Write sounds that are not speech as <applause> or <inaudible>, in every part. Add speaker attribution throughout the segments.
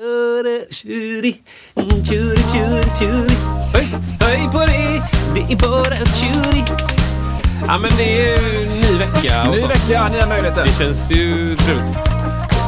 Speaker 1: Tjuri, tjuri, mm, tjuri, tjuri, tjuri. Höj, höj på dig, det är bara tjuri. Ja men det är ju ny vecka och
Speaker 2: Ny
Speaker 1: sånt.
Speaker 2: vecka, nya möjligheter.
Speaker 1: Det känns ju trevligt.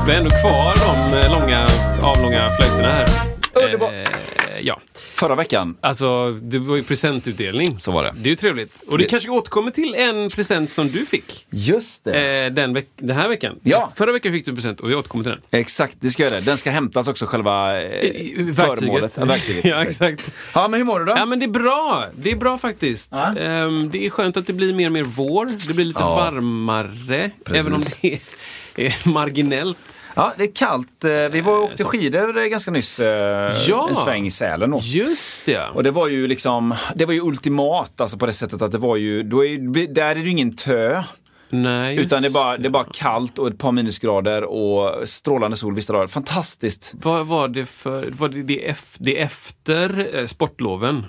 Speaker 1: Vi har ändå kvar de eh, långa, avlånga flöjterna här.
Speaker 2: Underbart.
Speaker 1: Eh, ja.
Speaker 2: Förra veckan.
Speaker 1: Alltså, det var ju presentutdelning.
Speaker 2: Så var det.
Speaker 1: Det är ju trevligt. Och det
Speaker 2: Det-
Speaker 1: kanske återkommer till en present som du fick.
Speaker 2: Just det.
Speaker 1: Eh, den, veck- den här veckan.
Speaker 2: Ja.
Speaker 1: Förra veckan fick du en present och vi återkommer till den.
Speaker 2: Exakt, det ska jag göra. Den ska hämtas också, själva eh, föremålet. <laughs> Ja,
Speaker 1: <laughs>
Speaker 2: verktyget.
Speaker 1: ja, exakt.
Speaker 2: Ja, men hur mår du då?
Speaker 1: Ja, men det är bra. Det är bra faktiskt.
Speaker 2: Ja.
Speaker 1: Ehm, det är skönt att det blir mer och mer vår. Det blir lite
Speaker 2: Ja.
Speaker 1: varmare.
Speaker 2: Precis.
Speaker 1: Även om det är, är marginellt.
Speaker 2: Ja, det är kallt. Eh, Vi var och åkte skidor eh, ganska nyss. eh,
Speaker 1: Ja.
Speaker 2: En sväng i Sälen då.
Speaker 1: Just det.
Speaker 2: Och det var ju liksom, det var ju ultimat alltså på det sättet att det var ju, då är, ju- där är det ju ingen tö.
Speaker 1: Nej, just
Speaker 2: Utan det är, bara, det är bara kallt och ett par minusgrader och strålande sol vissa dagar. Fantastiskt.
Speaker 1: Vad var det för... Var det, det, är ef, det är efter eh, sportloven?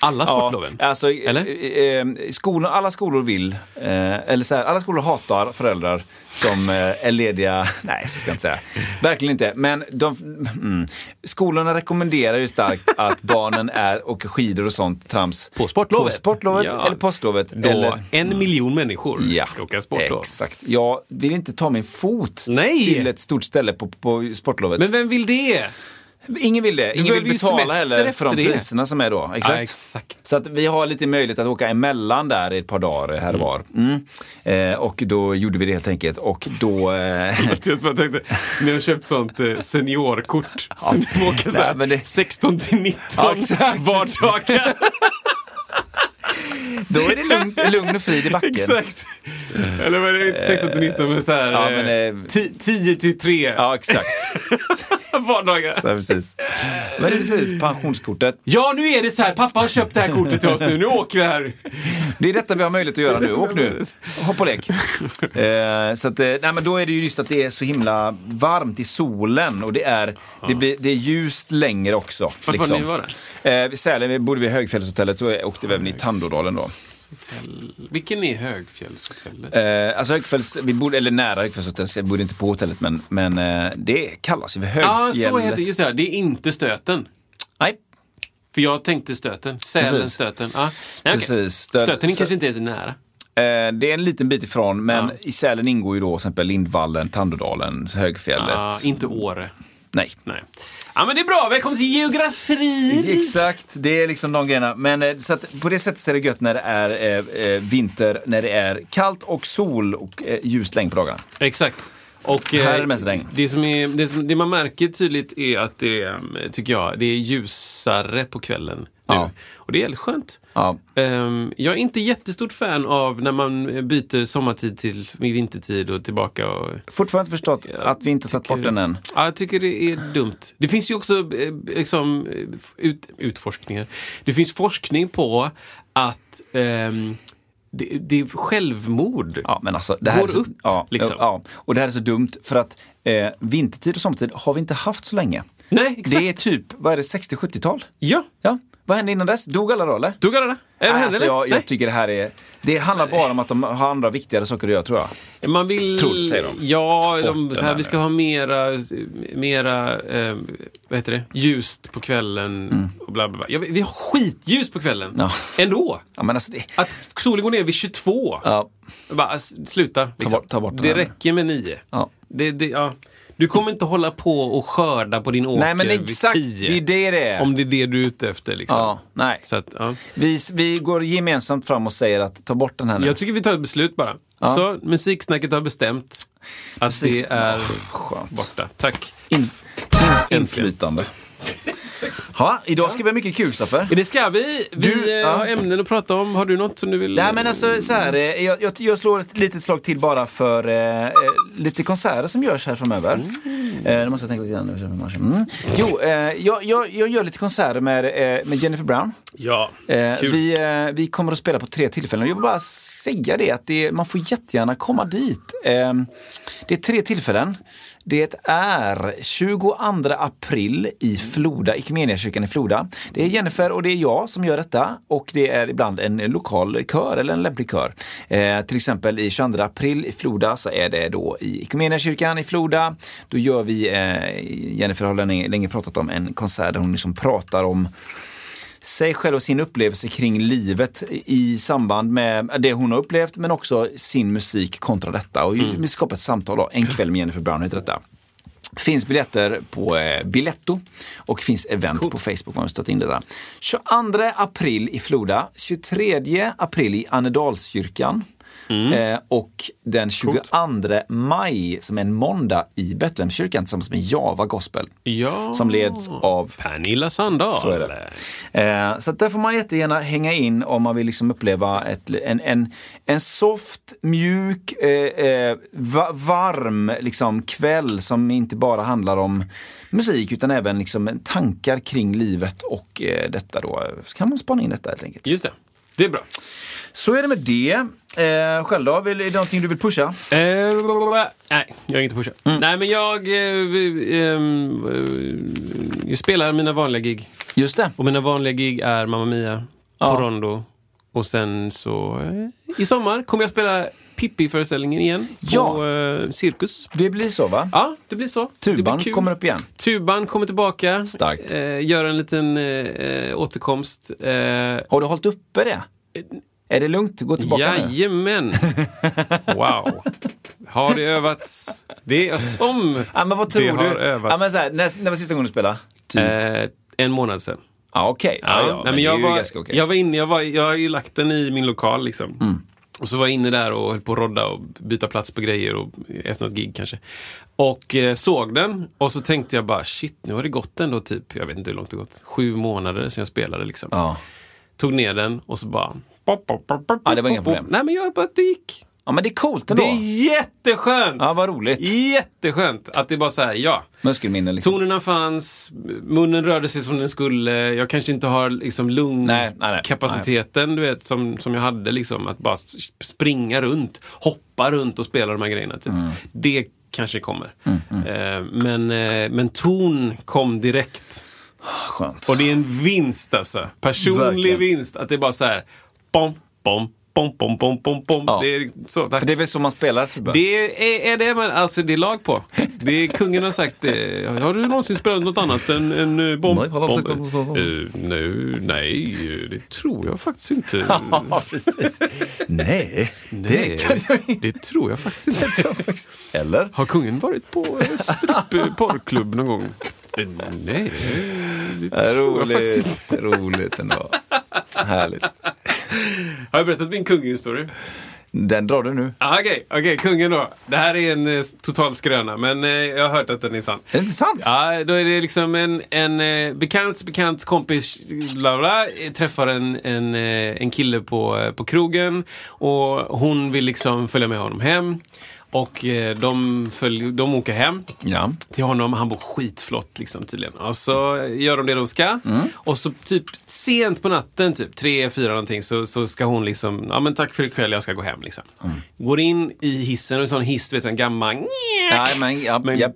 Speaker 1: Alla sportloven?
Speaker 2: Mm. Ja, alltså,
Speaker 1: Eller?
Speaker 2: Eller? Eh, skolor, alla skolor vill, eh, eller så här, alla skolor hatar föräldrar som eh, är lediga. <laughs> Nej, så ska jag inte säga. Verkligen inte. Men de, mm, skolorna rekommenderar ju starkt att barnen är, åker skidor och sånt trams.
Speaker 1: På sportlovet?
Speaker 2: På sportlovet
Speaker 1: Ja.
Speaker 2: eller påsklovet.
Speaker 1: Då
Speaker 2: eller,
Speaker 1: en miljon människor
Speaker 2: Ja,
Speaker 1: ska åka sportlov.
Speaker 2: exakt. Jag vill inte ta min fot
Speaker 1: Nej.
Speaker 2: till ett stort ställe på, på sportlovet.
Speaker 1: Men vem vill det?
Speaker 2: Ingen vill det. Ingen
Speaker 1: behöver
Speaker 2: vill
Speaker 1: ju
Speaker 2: betala
Speaker 1: semester
Speaker 2: heller
Speaker 1: efter
Speaker 2: för de
Speaker 1: det.
Speaker 2: priserna som är då. Exakt.
Speaker 1: Ja, exakt.
Speaker 2: Så att vi har lite möjlighet att åka emellan där i ett par dagar här och var. Mm. Eh, och då gjorde vi det helt enkelt. Och
Speaker 1: <laughs>
Speaker 2: då... Eh,
Speaker 1: Mattias, jag tänkte, ni har köpt sånt eh, seniorkort så ni får åka så
Speaker 2: Nej,
Speaker 1: här,
Speaker 2: men det-
Speaker 1: 16 till 19
Speaker 2: Ja, exakt.
Speaker 1: vardagar.
Speaker 2: <laughs> då är det lugn, lugn och frid i backen.
Speaker 1: <laughs> exakt. Eller var det inte 16 till 19 men så här,
Speaker 2: ja, men,
Speaker 1: eh,
Speaker 2: eh,
Speaker 1: 10, 10 till 3
Speaker 2: Ja, exakt.
Speaker 1: <laughs> vardagar.
Speaker 2: Så, här, precis. Men det är precis pensionskortet.
Speaker 1: Ja, nu är det så här. Pappa har köpt det här kortet till oss nu. Nu åker vi här.
Speaker 2: Det är detta vi har möjlighet att göra nu.
Speaker 1: <laughs>
Speaker 2: Åk nu. Hopp och lek. Eh, så att, eh, nej, men då är det ju just att det är så himla varmt i solen och det är, det blir, det är ljust längre också.
Speaker 1: var ni var
Speaker 2: Eh, vid Sälen, vi bodde vid Högfjällshotellet så åkte vi även i Tandådalen då.
Speaker 1: Vilken är Högfjällshotellet?
Speaker 2: Eh, alltså Högfjälls, vi bodde, eller nära Högfjällshotellet, så vi bodde inte på hotellet men, men eh, det kallas ju för
Speaker 1: Ja,
Speaker 2: Högfjället.
Speaker 1: så heter det. Just det. här. Det är inte Stöten.
Speaker 2: Nej,
Speaker 1: För jag tänkte Stöten. Sälen,
Speaker 2: Precis.
Speaker 1: Stöten. Ja. Nej, okej.
Speaker 2: Precis. Stöt-
Speaker 1: Stöten är
Speaker 2: så-
Speaker 1: kanske inte ens nära.
Speaker 2: Eh, Det är en liten bit ifrån, men
Speaker 1: Ja.
Speaker 2: i Sälen ingår ju då till exempel Lindvallen, Tandådalen, Högfjället.
Speaker 1: Ja, inte Åre.
Speaker 2: Nej.
Speaker 1: Nej. Ja, men det är bra. Välkommen till geografi!
Speaker 2: Exakt, det är liksom de grejerna. Men eh, så att på det sättet så är det gött när det är eh, eh, vinter, när det är kallt och sol och eh, ljust längd på dagarna.
Speaker 1: Exakt. Och,
Speaker 2: Här är
Speaker 1: eh,
Speaker 2: det mest regn.
Speaker 1: Det, som är, det, som, det man märker tydligt är att det, är, tycker jag, det är ljusare på kvällen nu.
Speaker 2: Ja.
Speaker 1: Och det är helt skönt.
Speaker 2: Ja.
Speaker 1: Ehm, jag är inte jättestort fan av när man byter sommartid till vintertid och tillbaka. Och,
Speaker 2: Fortfarande inte förstått att vi inte tagit bort den än.
Speaker 1: Ja, jag tycker det är dumt. Det finns ju också eh, liksom, eh, ut, utforskningar. Det finns forskning på att ehm, det, det är självmord.
Speaker 2: Ja, men alltså, det här
Speaker 1: Går
Speaker 2: är så,
Speaker 1: upp,
Speaker 2: ja,
Speaker 1: liksom.
Speaker 2: ja, och det här är så dumt för att eh, vintertid och sommartid har vi inte haft så länge.
Speaker 1: Nej, exakt.
Speaker 2: Det är typ, vad är det, 60-70-tal?
Speaker 1: Ja,
Speaker 2: Ja. Vad hände innan dess? Dog alla då eller?
Speaker 1: tog alla det? Eller Eh, hände
Speaker 2: alltså,
Speaker 1: det?
Speaker 2: jag,
Speaker 1: Nej.
Speaker 2: jag tycker det här är, det handlar bara om att de har andra viktigare saker att göra tror jag.
Speaker 1: Man vill...
Speaker 2: Tror- säger de.
Speaker 1: Ja,
Speaker 2: Ta bort
Speaker 1: de,
Speaker 2: den
Speaker 1: så här,
Speaker 2: här
Speaker 1: vi ska ha mera, mera eh, vad heter det, ljust på kvällen. Och bla, bla, bla. Ja, vi- vi har skitljus på kvällen.
Speaker 2: Mm. Ja.
Speaker 1: Ändå.
Speaker 2: Ja, men alltså det,
Speaker 1: Att solen går ner vid 22.
Speaker 2: ja.
Speaker 1: Bara, ass- sluta. liksom.
Speaker 2: bort- ta bort den
Speaker 1: det
Speaker 2: här.
Speaker 1: räcker med 9.
Speaker 2: Ja.
Speaker 1: Det, det, ja. Du kommer inte hålla på och skörda på din åker
Speaker 2: Nej men exakt,
Speaker 1: vid
Speaker 2: det
Speaker 1: 10.
Speaker 2: är det det är.
Speaker 1: Om det är det du är ute efter. Liksom.
Speaker 2: Ja, nej.
Speaker 1: Så att, ja.
Speaker 2: Vi, vi går gemensamt fram och säger att ta bort den här nu.
Speaker 1: Jag tycker vi tar ett beslut bara.
Speaker 2: Ja.
Speaker 1: Så, musiksnacket har bestämt att det
Speaker 2: Musik-
Speaker 1: är
Speaker 2: Skönt.
Speaker 1: borta. Tack.
Speaker 2: In,
Speaker 1: Äntligen.
Speaker 2: inflytande. Ha, idag ska vi ha mycket kul, Kristoffer.
Speaker 1: Det ska vi. Vi
Speaker 2: Du,
Speaker 1: eh,
Speaker 2: ja.
Speaker 1: har ämnen att prata om. Har du något som du vill...
Speaker 2: Nej men alltså så här, eh, jag, jag, jag slår ett litet slag till bara för eh, eh, lite konserter som görs här framöver. Eh, nu måste jag tänka lite grann. nu. Mm. Jo, eh, jag, jag, jag gör lite konserter med, eh, med Jennifer Brown.
Speaker 1: Ja,
Speaker 2: Eh,
Speaker 1: kul.
Speaker 2: vi, eh, vi kommer att spela på tre tillfällen. Jag vill bara säga det att det, man får jättegärna komma dit. Eh, det är tre tillfällen. Det är 22 april i Floda, Equmeniakyrkan i Floda. Det är Jennifer och det är jag som gör detta och det är ibland en lokal kör eller en lämplig kör. Eh, till exempel i 22 april i Floda så är det då i Equmeniakyrkan i Floda. Då gör vi, eh, Jennifer har länge, länge pratat om en konsert där hon liksom pratar om sig själv och sin upplevelse kring livet i samband med det hon har upplevt men också sin musik kontra detta. Och ju- vi skapar ett samtal då, En kväll med Jennifer Brown heter detta. Finns biljetter på eh, Biletto och finns event på Facebook. Man har stött in det där. 22 april i Floda, 23 april i Annedalskyrkan eh, och den 22 maj, som är en måndag, i Betlehemskyrkan tillsammans med Java Gospel.
Speaker 1: Ja.
Speaker 2: Som leds av
Speaker 1: Pernilla Sandahl.
Speaker 2: så är det. Eh, så att där får man jättegärna hänga in om man vill liksom uppleva ett, en, en, en soft, mjuk, eh, eh, va, varm liksom, kväll som inte bara handlar om musik utan även liksom, tankar kring livet och eh, detta då. Så kan man spana in detta helt enkelt.
Speaker 1: Just det. Det är bra.
Speaker 2: Så är det med det. Eh, själv då? Vill, är det någonting du vill pusha?
Speaker 1: Eh, blablabla. nej, jag är inte pusha.
Speaker 2: Mm.
Speaker 1: Nej, men jag, eh, ehm, eh, jag spelar mina vanliga gig.
Speaker 2: Just det.
Speaker 1: Och mina vanliga gig är Mamma Mia
Speaker 2: Ja.
Speaker 1: på Rondo. Och sen så eh, i sommar kommer jag spela Pippi-föreställningen igen på
Speaker 2: Ja.
Speaker 1: eh, Cirkus.
Speaker 2: Det blir så va?
Speaker 1: Ja, det blir så. Det blir
Speaker 2: Tuban
Speaker 1: kul.
Speaker 2: kommer upp igen.
Speaker 1: Tuban kommer tillbaka.
Speaker 2: Starkt.
Speaker 1: Eh, gör en liten eh, eh, återkomst. Eh,
Speaker 2: Har du hållit uppe det? Är det lugnt? Gå tillbaka nu. <laughs>
Speaker 1: Jajamän! Wow! Har det övats? Det är som
Speaker 2: Ja, men vad
Speaker 1: det
Speaker 2: tror
Speaker 1: har
Speaker 2: du?
Speaker 1: övats.
Speaker 2: Ja, men så här, när, när var sista gången du spelade?
Speaker 1: eh, en månad sedan.
Speaker 2: Ja, okej. Ja, ja,
Speaker 1: Nej,
Speaker 2: men
Speaker 1: men jag,
Speaker 2: det är ju
Speaker 1: var,
Speaker 2: ganska okej. Mm.
Speaker 1: jag var inne, jag, var, jag har ju lagt den i min lokal liksom. Och så var jag inne där och höll på att rodda och byta plats på grejer och efter något gig kanske. Och eh, såg den och så tänkte jag bara shit, nu har det gått ändå typ, jag vet inte hur långt det gått, sju månader sedan jag spelade liksom.
Speaker 2: Ja.
Speaker 1: Tog ner den och så bara...
Speaker 2: Ja, det var inga problem.
Speaker 1: Nej men jag bara, det gick.
Speaker 2: ja, men det är coolt ändå.
Speaker 1: Det är jätteskönt!
Speaker 2: Ja, vad roligt.
Speaker 1: Jätteskönt att det bara så här, ja.
Speaker 2: Muskelminne liksom.
Speaker 1: Tonerna fanns, munnen rörde sig som den skulle. Jag kanske inte har liksom
Speaker 2: Nej, nej, nej.
Speaker 1: lungkapaciteten du vet, som, som jag hade. Liksom, att bara s- springa runt, hoppa runt och spela de här grejerna. Typ.
Speaker 2: Mm.
Speaker 1: Det kanske kommer. Eh, Men, eh, men ton kom direkt.
Speaker 2: Skönt.
Speaker 1: Och det är en vinst alltså. Personlig
Speaker 2: Verkligen.
Speaker 1: vinst. Att det är bara så här, bom, bom, bom, bom, bom, bom, bom.
Speaker 2: Ja.
Speaker 1: Det är så.
Speaker 2: För det är väl så man spelar typ? tuba?
Speaker 1: Det är, är det man, alltså det är lag på. Det är, kungen har sagt det. Har du någonsin spelat något annat än, än eh, bomb?
Speaker 2: Nej, han har
Speaker 1: bomb-
Speaker 2: sagt att-
Speaker 1: Eh, nej, nej, eh, det tror jag faktiskt inte.
Speaker 2: <laughs> <laughs> Ja, precis. Nej, <laughs>
Speaker 1: Nej,
Speaker 2: det kan jag inte.
Speaker 1: det tror jag faktiskt inte.
Speaker 2: Eller?
Speaker 1: Har kungen varit på eh, strupp, eh, porrklubb någon gång? Eh, Nej, det tror jag faktiskt inte.
Speaker 2: Roligt. Roligt ändå. Härligt.
Speaker 1: Har jag berättat min kunghistoria?
Speaker 2: Den drar du nu.
Speaker 1: Ah, Okej, okej, kungen då. Det här är en eh, total skröna, men eh, jag har hört att den är sann.
Speaker 2: Är det inte sant?
Speaker 1: Ja, då är det liksom en, en eh, bekants bekant kompis bla bla, eh, träffar en, en, eh, en kille på, eh, på krogen och hon vill liksom följa med honom hem. Och eh, de, följ, de åker hem
Speaker 2: Ja.
Speaker 1: till honom. Han bor skitflott liksom tydligen. Och så gör de det de ska. Och så typ sent på natten, typ tre, fyra någonting, så, så ska hon liksom, ja men tack för ikväll, jag ska gå hem liksom. Går in i hissen, och en sån hiss, vet du, en gammal
Speaker 2: Nej, men ja,
Speaker 1: med en
Speaker 2: ja.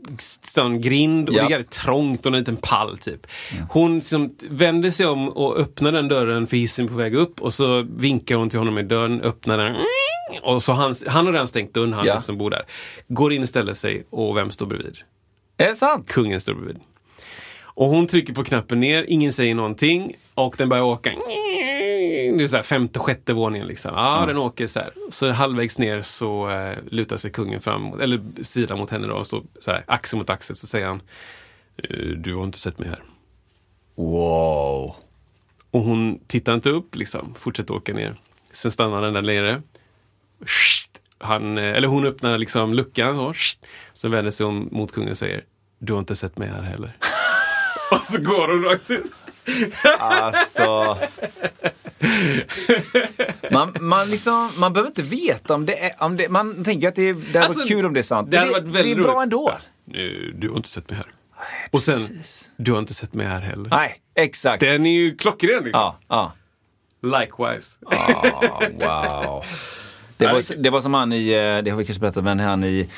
Speaker 1: sån grind och
Speaker 2: Ja.
Speaker 1: det är jävligt trångt och en liten pall typ. Hon liksom vänder sig om och öppnar den dörren för hissen är på väg upp och så vinkar hon till honom i dörren, öppnar den. Och så han, han har redan stängt dörren, han
Speaker 2: Ja.
Speaker 1: som bor där. Går in och ställer sig och vem står bredvid?
Speaker 2: Är det sant?
Speaker 1: Kungen står bredvid. Och hon trycker på knappen ner, ingen säger någonting och den börjar åka. Det är så här femte, sjätte våningen liksom. Ja, den åker så här. Så halvvägs ner så eh, lutar sig kungen fram, eller sidan mot henne då, och så, så här, axel mot axel så säger han "Eh, Du har inte sett mig här.
Speaker 2: Wow.
Speaker 1: Och hon tittar inte upp, liksom. fortsätter åka ner. Sen stannar den där nere. Sht! Han, eh, eller hon öppnar liksom luckan så. Sht! Så vänder sig hon mot kungen och säger Du har inte sett mig här heller. och så går hon rakt ut.
Speaker 2: Alltså... Man, man, liksom, man behöver inte veta om det är... Om det, man tänker att det, det hade
Speaker 1: Alltså,
Speaker 2: varit kul om det är sant.
Speaker 1: det
Speaker 2: Det,
Speaker 1: hade
Speaker 2: det,
Speaker 1: varit väldigt
Speaker 2: är bra
Speaker 1: roligt.
Speaker 2: ändå.
Speaker 1: Nu, Du har inte sett mig här. Och sen,
Speaker 2: precis.
Speaker 1: du har inte sett mig här heller.
Speaker 2: Nej, exakt.
Speaker 1: Den är ju klockren liksom.
Speaker 2: Ja, ja.
Speaker 1: Likewise.
Speaker 2: Wow. Det var, det var som han i, eh, det har vi kanske berättat, men han i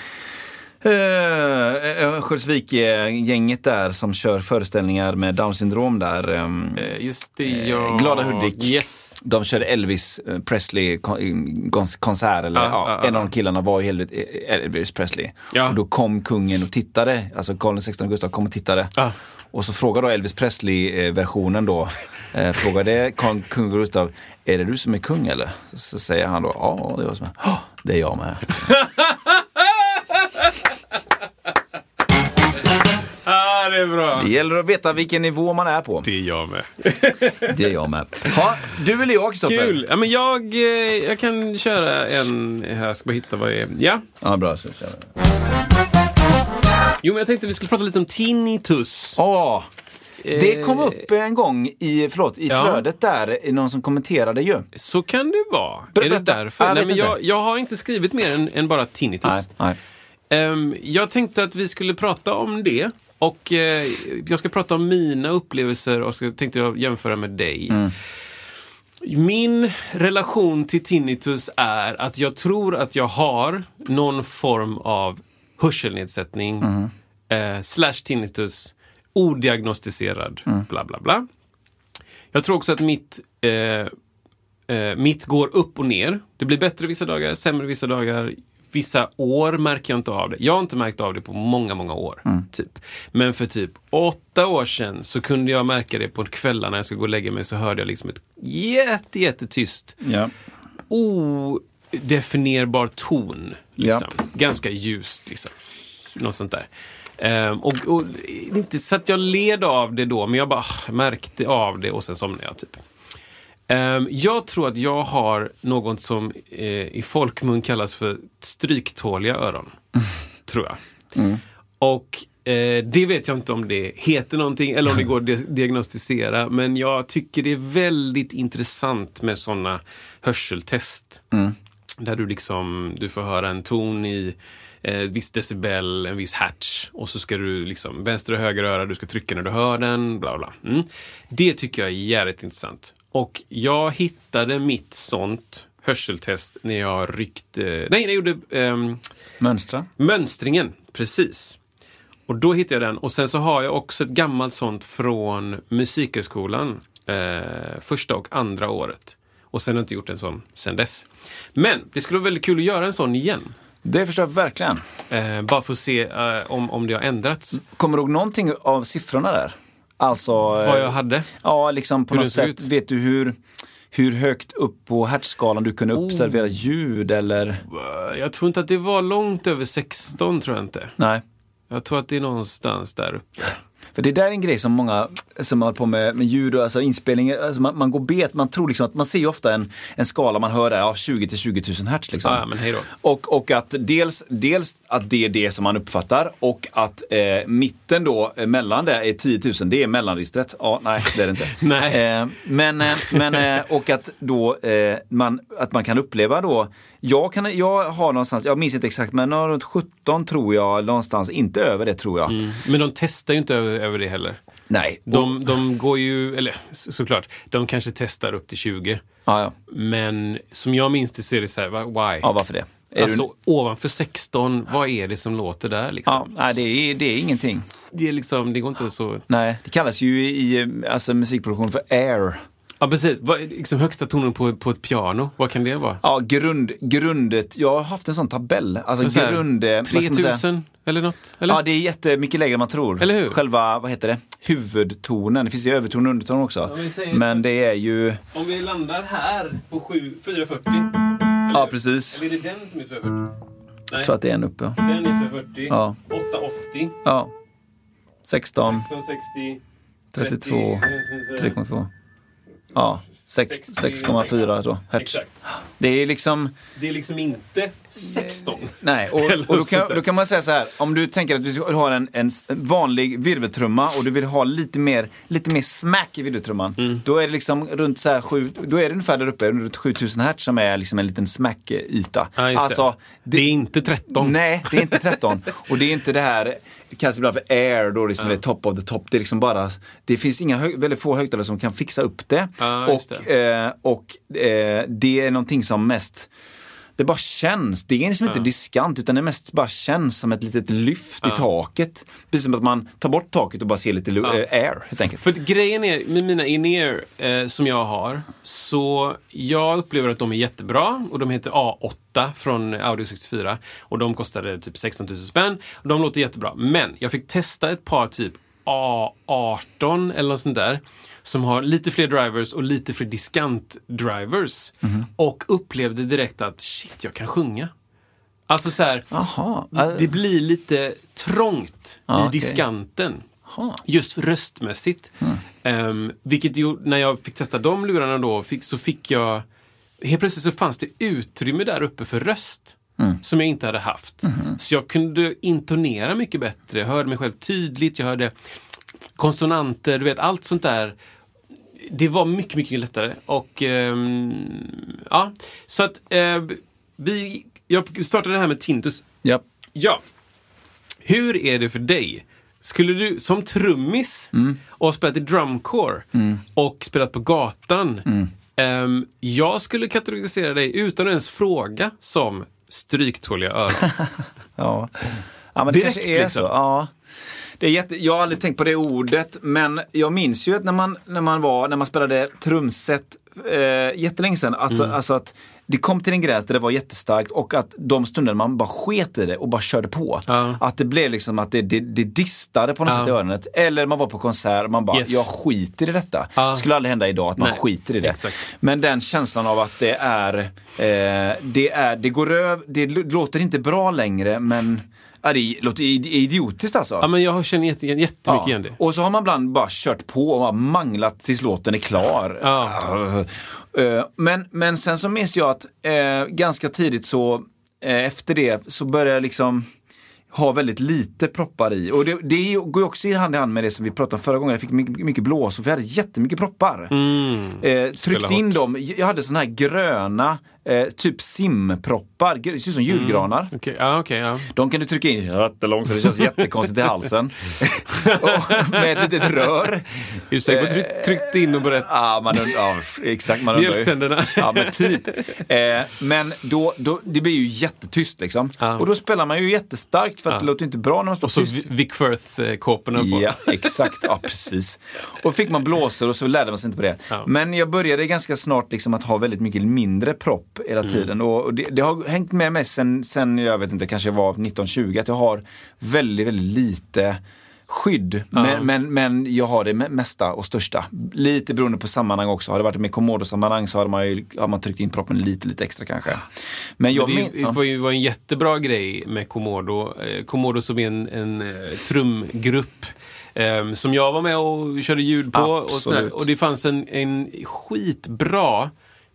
Speaker 2: eh, eh, Örnsköldsvik-gänget där som kör föreställningar med Downs syndrom där. ehm, eh,
Speaker 1: Just det, ja.
Speaker 2: Glada Hudik.
Speaker 1: Yes.
Speaker 2: De körde Elvis eh, Presley kon- eh, gons- konsert. Eller,
Speaker 1: Ja,
Speaker 2: ja,
Speaker 1: ja, ja.
Speaker 2: en av de killarna var ju Elvis- Elvis Presley.
Speaker 1: Ja.
Speaker 2: Och då kom kungen och tittade, alltså Karl XVI Gustav kom och tittade.
Speaker 1: Ja.
Speaker 2: Och så frågade då Elvis Presley-versionen då, eh, frågade kung, kung Gustav, är det du som är kung eller? Så, så säger han då, ja det är jag som är. "Ja, Det är jag med.
Speaker 1: Ah, det är bra.
Speaker 2: Det gäller att veta vilken nivå man är på.
Speaker 1: Det är jag med.
Speaker 2: Det är jag med. Ha, du eller jag Kristoffer?
Speaker 1: Kul! Ja, men jag, eh, jag kan köra en här. Jag ska bara hitta vad det är. Ja.
Speaker 2: Ja, bra. så kör vi.
Speaker 1: Jo, men jag tänkte vi skulle prata lite om tinnitus.
Speaker 2: Åh, det kom upp en gång i, förlåt, i
Speaker 1: Eh, Ja.
Speaker 2: flödet där, någon som kommenterade ju.
Speaker 1: Så kan det vara.
Speaker 2: Ber-
Speaker 1: är det
Speaker 2: berätta.
Speaker 1: därför?
Speaker 2: Ja, jag
Speaker 1: Nej,
Speaker 2: vet
Speaker 1: men
Speaker 2: inte.
Speaker 1: jag, jag har inte skrivit mer än, än bara tinnitus.
Speaker 2: Nej, nej.
Speaker 1: Ehm, jag tänkte att vi skulle prata om det. Och eh, jag ska prata om mina upplevelser och så tänkte jag jämföra med dig.
Speaker 2: Mm.
Speaker 1: Min relation till tinnitus är att jag tror att jag har någon form av hörselnedsättning
Speaker 2: Mm.
Speaker 1: eh, slash tinnitus, odiagnostiserad,
Speaker 2: Mm.
Speaker 1: bla bla bla. Jag tror också att mitt, eh, eh, mitt går upp och ner. Det blir bättre vissa dagar, sämre vissa dagar. Vissa år märker jag inte av det. Jag har inte märkt av det på många, många år. Typ. Men för typ åtta år sedan så kunde jag märka det på kvällarna när jag skulle gå och lägga mig så hörde jag liksom ett jätte, jättetyst
Speaker 2: Ja.
Speaker 1: odefinierbar ton. Liksom.
Speaker 2: Ja.
Speaker 1: Ganska ljust. Liksom. Något sånt där. Ehm, och, och, inte så att jag led av det då, men jag bara ah, märkte av det och sen somnade jag. typ. Ehm, jag tror att jag har något som eh, i folkmun kallas för stryktåliga öron. tror jag. Och eh, det vet jag inte om det heter någonting eller om det går att di- <laughs> diagnostisera. Men jag tycker det är väldigt intressant med sådana hörseltest. Där du liksom, du får höra en ton i eh, ett visst decibel, en viss hertz. Och så ska du liksom, vänster och höger öra, du ska trycka när du hör den, bla bla. Mm. Det tycker jag är jävligt intressant. Och jag hittade mitt sånt hörseltest när jag ryckte, nej, när jag gjorde ehm,
Speaker 2: Mönstra.
Speaker 1: Mönstringen, precis. Och då hittade jag den. Och sen så har jag också ett gammalt sånt från Musikhögskolan. Eh, första och andra året. Och sen har jag inte gjort en sån sen dess. Men det skulle vara väldigt kul att göra en sån igen.
Speaker 2: Det förstår jag verkligen.
Speaker 1: Eh, bara för att se eh, om, om det har ändrats.
Speaker 2: Kommer du ihåg någonting av siffrorna där? Alltså,
Speaker 1: Vad jag hade.
Speaker 2: ja, liksom på
Speaker 1: hur
Speaker 2: något
Speaker 1: det såg
Speaker 2: sätt,
Speaker 1: ut?
Speaker 2: vet du hur, hur högt upp på hertzskalan du kunde
Speaker 1: Oh.
Speaker 2: observera ljud eller?
Speaker 1: Eh, Jag tror inte att det var långt över 16, tror jag inte.
Speaker 2: Nej.
Speaker 1: Jag tror att det är någonstans där uppe.
Speaker 2: För det där är en grej som många som håller på med, med ljud och alltså inspelning, alltså man, man går bet, man tror liksom att man ser ju ofta en, en skala man hör där, ja, 20 till 20 000 hertz liksom.
Speaker 1: Ah, ja, men hej då.
Speaker 2: Och, och att dels, dels att det är det som man uppfattar och att eh, mitten då eh, mellan det är 10 000, det är mellanregistret. Ja, nej, det är det inte.
Speaker 1: <laughs> Nej.
Speaker 2: Eh, men, eh, men eh, och att då eh, man, att man kan uppleva då, jag, kan, jag har någonstans, jag minns inte exakt, men runt 17 tror jag, någonstans, inte över det tror jag.
Speaker 1: Men de testar ju inte över, över det heller.
Speaker 2: Nej.
Speaker 1: Mm. De, de går ju, eller så- såklart, de kanske testar upp till 20.
Speaker 2: Ja, ja.
Speaker 1: Men som jag minns det så är det så här, va- why?
Speaker 2: ja, varför det? Är
Speaker 1: alltså
Speaker 2: du,
Speaker 1: ovanför 16, vad är det som låter där
Speaker 2: ja,
Speaker 1: liksom?
Speaker 2: nej, det, är, det är ingenting.
Speaker 1: Det, är liksom, det går inte ens så...
Speaker 2: Nej, det kallas ju i eh, alltså, musikproduktion för air.
Speaker 1: Ja precis, vad, är liksom högsta tonen på, på ett piano, vad kan det vara?
Speaker 2: Ja, grund, grundet. Jag har haft en sån tabell. Alltså
Speaker 1: Så här,
Speaker 2: grund... eh, vad ska man säga?
Speaker 1: 3000 eller något? Eller?
Speaker 2: Ja, det är jättemycket lägre än man tror.
Speaker 1: Eller hur?
Speaker 2: Själva, vad heter det, huvudtonen. Det finns ju överton och underton också.
Speaker 1: men säg-
Speaker 2: Men det är ju...
Speaker 1: Om vi landar här på 7, 440.
Speaker 2: Ja, precis.
Speaker 1: är det den som är 440?
Speaker 2: Jag tror att det är en uppe.
Speaker 1: Den är 440.
Speaker 2: Ja.
Speaker 1: 880.
Speaker 2: Ja. 16,
Speaker 1: 1660. eh,
Speaker 2: 32, 3,2. Ja, sex- 6,4 då, hertz.
Speaker 1: Exakt.
Speaker 2: Det är liksom...
Speaker 1: Det är liksom inte 16.
Speaker 2: Nej, och,
Speaker 1: Eller
Speaker 2: och då,
Speaker 1: sånt
Speaker 2: kan,
Speaker 1: där.
Speaker 2: då kan man säga så här. Om du tänker att du har en, en s- vanlig virveltrumma och du vill ha lite mer, lite mer smack i virveltrumman.
Speaker 1: Mm.
Speaker 2: Då är det liksom runt så här sju, då är det ungefär där uppe, runt 7000 hertz som är liksom en liten smack-yta.
Speaker 1: Ja, just det.
Speaker 2: alltså,
Speaker 1: Det är inte 13.
Speaker 2: Nej, det är inte 13. och det är inte det här, det kallas ibland för air då, liksom, det är top of the top. Det är liksom bara, det finns inga, hög, väldigt få högtalare som kan fixa upp det.
Speaker 1: Ja, just
Speaker 2: och eh, och eh, det är någonting som mest det bara känns. Det är liksom inte diskant utan det mest bara känns som ett litet lyft i taket. Precis som att man tar bort taket och bara ser lite lu- eh, air helt enkelt.
Speaker 1: För att grejen är, med mina in-ear eh, som jag har, så jag upplever att de är jättebra och de heter A8 från Audio 64 och de kostade typ 16 000 spänn. Och de låter jättebra, men jag fick testa ett par typ A18 eller något sånt där som har lite fler drivers och lite fler diskant-drivers.
Speaker 2: Mhm.
Speaker 1: Och upplevde direkt att shit, jag kan sjunga. Alltså så här,
Speaker 2: Jaha, eh,
Speaker 1: det blir lite trångt
Speaker 2: Ja,
Speaker 1: i
Speaker 2: okej.
Speaker 1: diskanten.
Speaker 2: Jaha.
Speaker 1: Just röstmässigt. Ehm, vilket ju, när jag fick testa de lurarna då, fick, så fick jag... Helt plötsligt så fanns det utrymme där uppe för röst.
Speaker 2: Mm.
Speaker 1: Som jag inte hade haft.
Speaker 2: Mm-hmm.
Speaker 1: Så jag kunde intonera mycket bättre. Jag hörde mig själv tydligt. Jag hörde konsonanter, du vet allt sånt där. Det var mycket, mycket lättare. Och ehm, ja, så att eh, vi... Jag startade det här med Tintus.
Speaker 2: ja.
Speaker 1: Ja. Hur är det för dig? Skulle du som trummis och har spelat i drumcore och spelat på gatan. ehm, jag skulle kategorisera dig utan att ens fråga som stryktåliga <laughs> öron.
Speaker 2: Ja, ja men det
Speaker 1: Direkt,
Speaker 2: kanske är
Speaker 1: liksom.
Speaker 2: så. Ja. Det är jätte, jag har aldrig tänkt på det ordet, men jag minns ju att när man, när man, var, när man spelade trumset eh, jättelänge sedan, alltså,
Speaker 1: Mm.
Speaker 2: alltså att det kom till en gräns där det var jättestarkt och att de stunderna man bara sket i det och bara körde på.
Speaker 1: Ja.
Speaker 2: Att det blev liksom att det, det, det distade på något
Speaker 1: Ja.
Speaker 2: sätt i öronet. Eller man var på konsert och man bara,
Speaker 1: Yes.
Speaker 2: jag skiter i detta.
Speaker 1: Ja.
Speaker 2: skulle aldrig hända idag att man
Speaker 1: Nej,
Speaker 2: skiter i det.
Speaker 1: exakt.
Speaker 2: Men den känslan av att det är, eh, det, är det går över, det l- låter inte bra längre men ja, det låter id- idiotiskt alltså.
Speaker 1: ja, men jag känner jätte, jättemycket
Speaker 2: Ja.
Speaker 1: igen det.
Speaker 2: Och så har man ibland bara kört på och bara manglat tills låten är klar.
Speaker 1: Ja.
Speaker 2: Eh, Men, men sen så minns jag att eh, ganska tidigt så eh, efter det så började jag liksom ha väldigt lite proppar i. Och det, det är ju- går ju också i hand i hand med det som vi pratade om förra gången. Jag fick mycket, mycket blås och jag hade jättemycket proppar. Eh,
Speaker 1: Mm. Spela
Speaker 2: tryckte in
Speaker 1: hårt.
Speaker 2: dem. Jag hade såna här gröna, eh, typ simproppar. Det ser ut som julgranar.
Speaker 1: Okej, ja, okej, ja.
Speaker 2: De kan du trycka in jättelångt så det känns jättekonstigt
Speaker 1: <laughs>
Speaker 2: i halsen. och med ett litet rör.
Speaker 1: Är du säker på att du tryckte in dem på rätt?
Speaker 2: Ja, man und- ja, exakt. Man undrar ju.
Speaker 1: Mjölktänderna.
Speaker 2: Ja, men typ. Eh, men då, då, det blir ju jättetyst liksom.
Speaker 1: Ja.
Speaker 2: Och då spelar man ju jättestarkt för att det låter inte bra när man står
Speaker 1: Och så
Speaker 2: tyst.
Speaker 1: Vi- Vic Firth-kåporna på.
Speaker 2: Ja, exakt. Ja, precis. Och fick man blåsor och så lärde man sig inte på det.
Speaker 1: Ja.
Speaker 2: Men jag började ganska snart liksom att ha väldigt mycket mindre propp hela
Speaker 1: Mm.
Speaker 2: tiden. Och och det, det har hängt med mig sen, sen, jag vet inte, kanske jag var 19-20, att jag har väldigt, väldigt lite skydd. Men, men, men jag har det me- mesta och största. Lite beroende på sammanhang också. Har det varit med Komodo-sammanhang så har man, ju, har man tryckt in proppen lite, lite extra kanske. Men jag
Speaker 1: Men
Speaker 2: men
Speaker 1: det, var ju var en jättebra grej med Komodo. Eh, Komodo som är en, en eh, trumgrupp ehm, som jag var med och körde ljud på. Och,
Speaker 2: Absolut.
Speaker 1: sådär. och det fanns en, en skitbra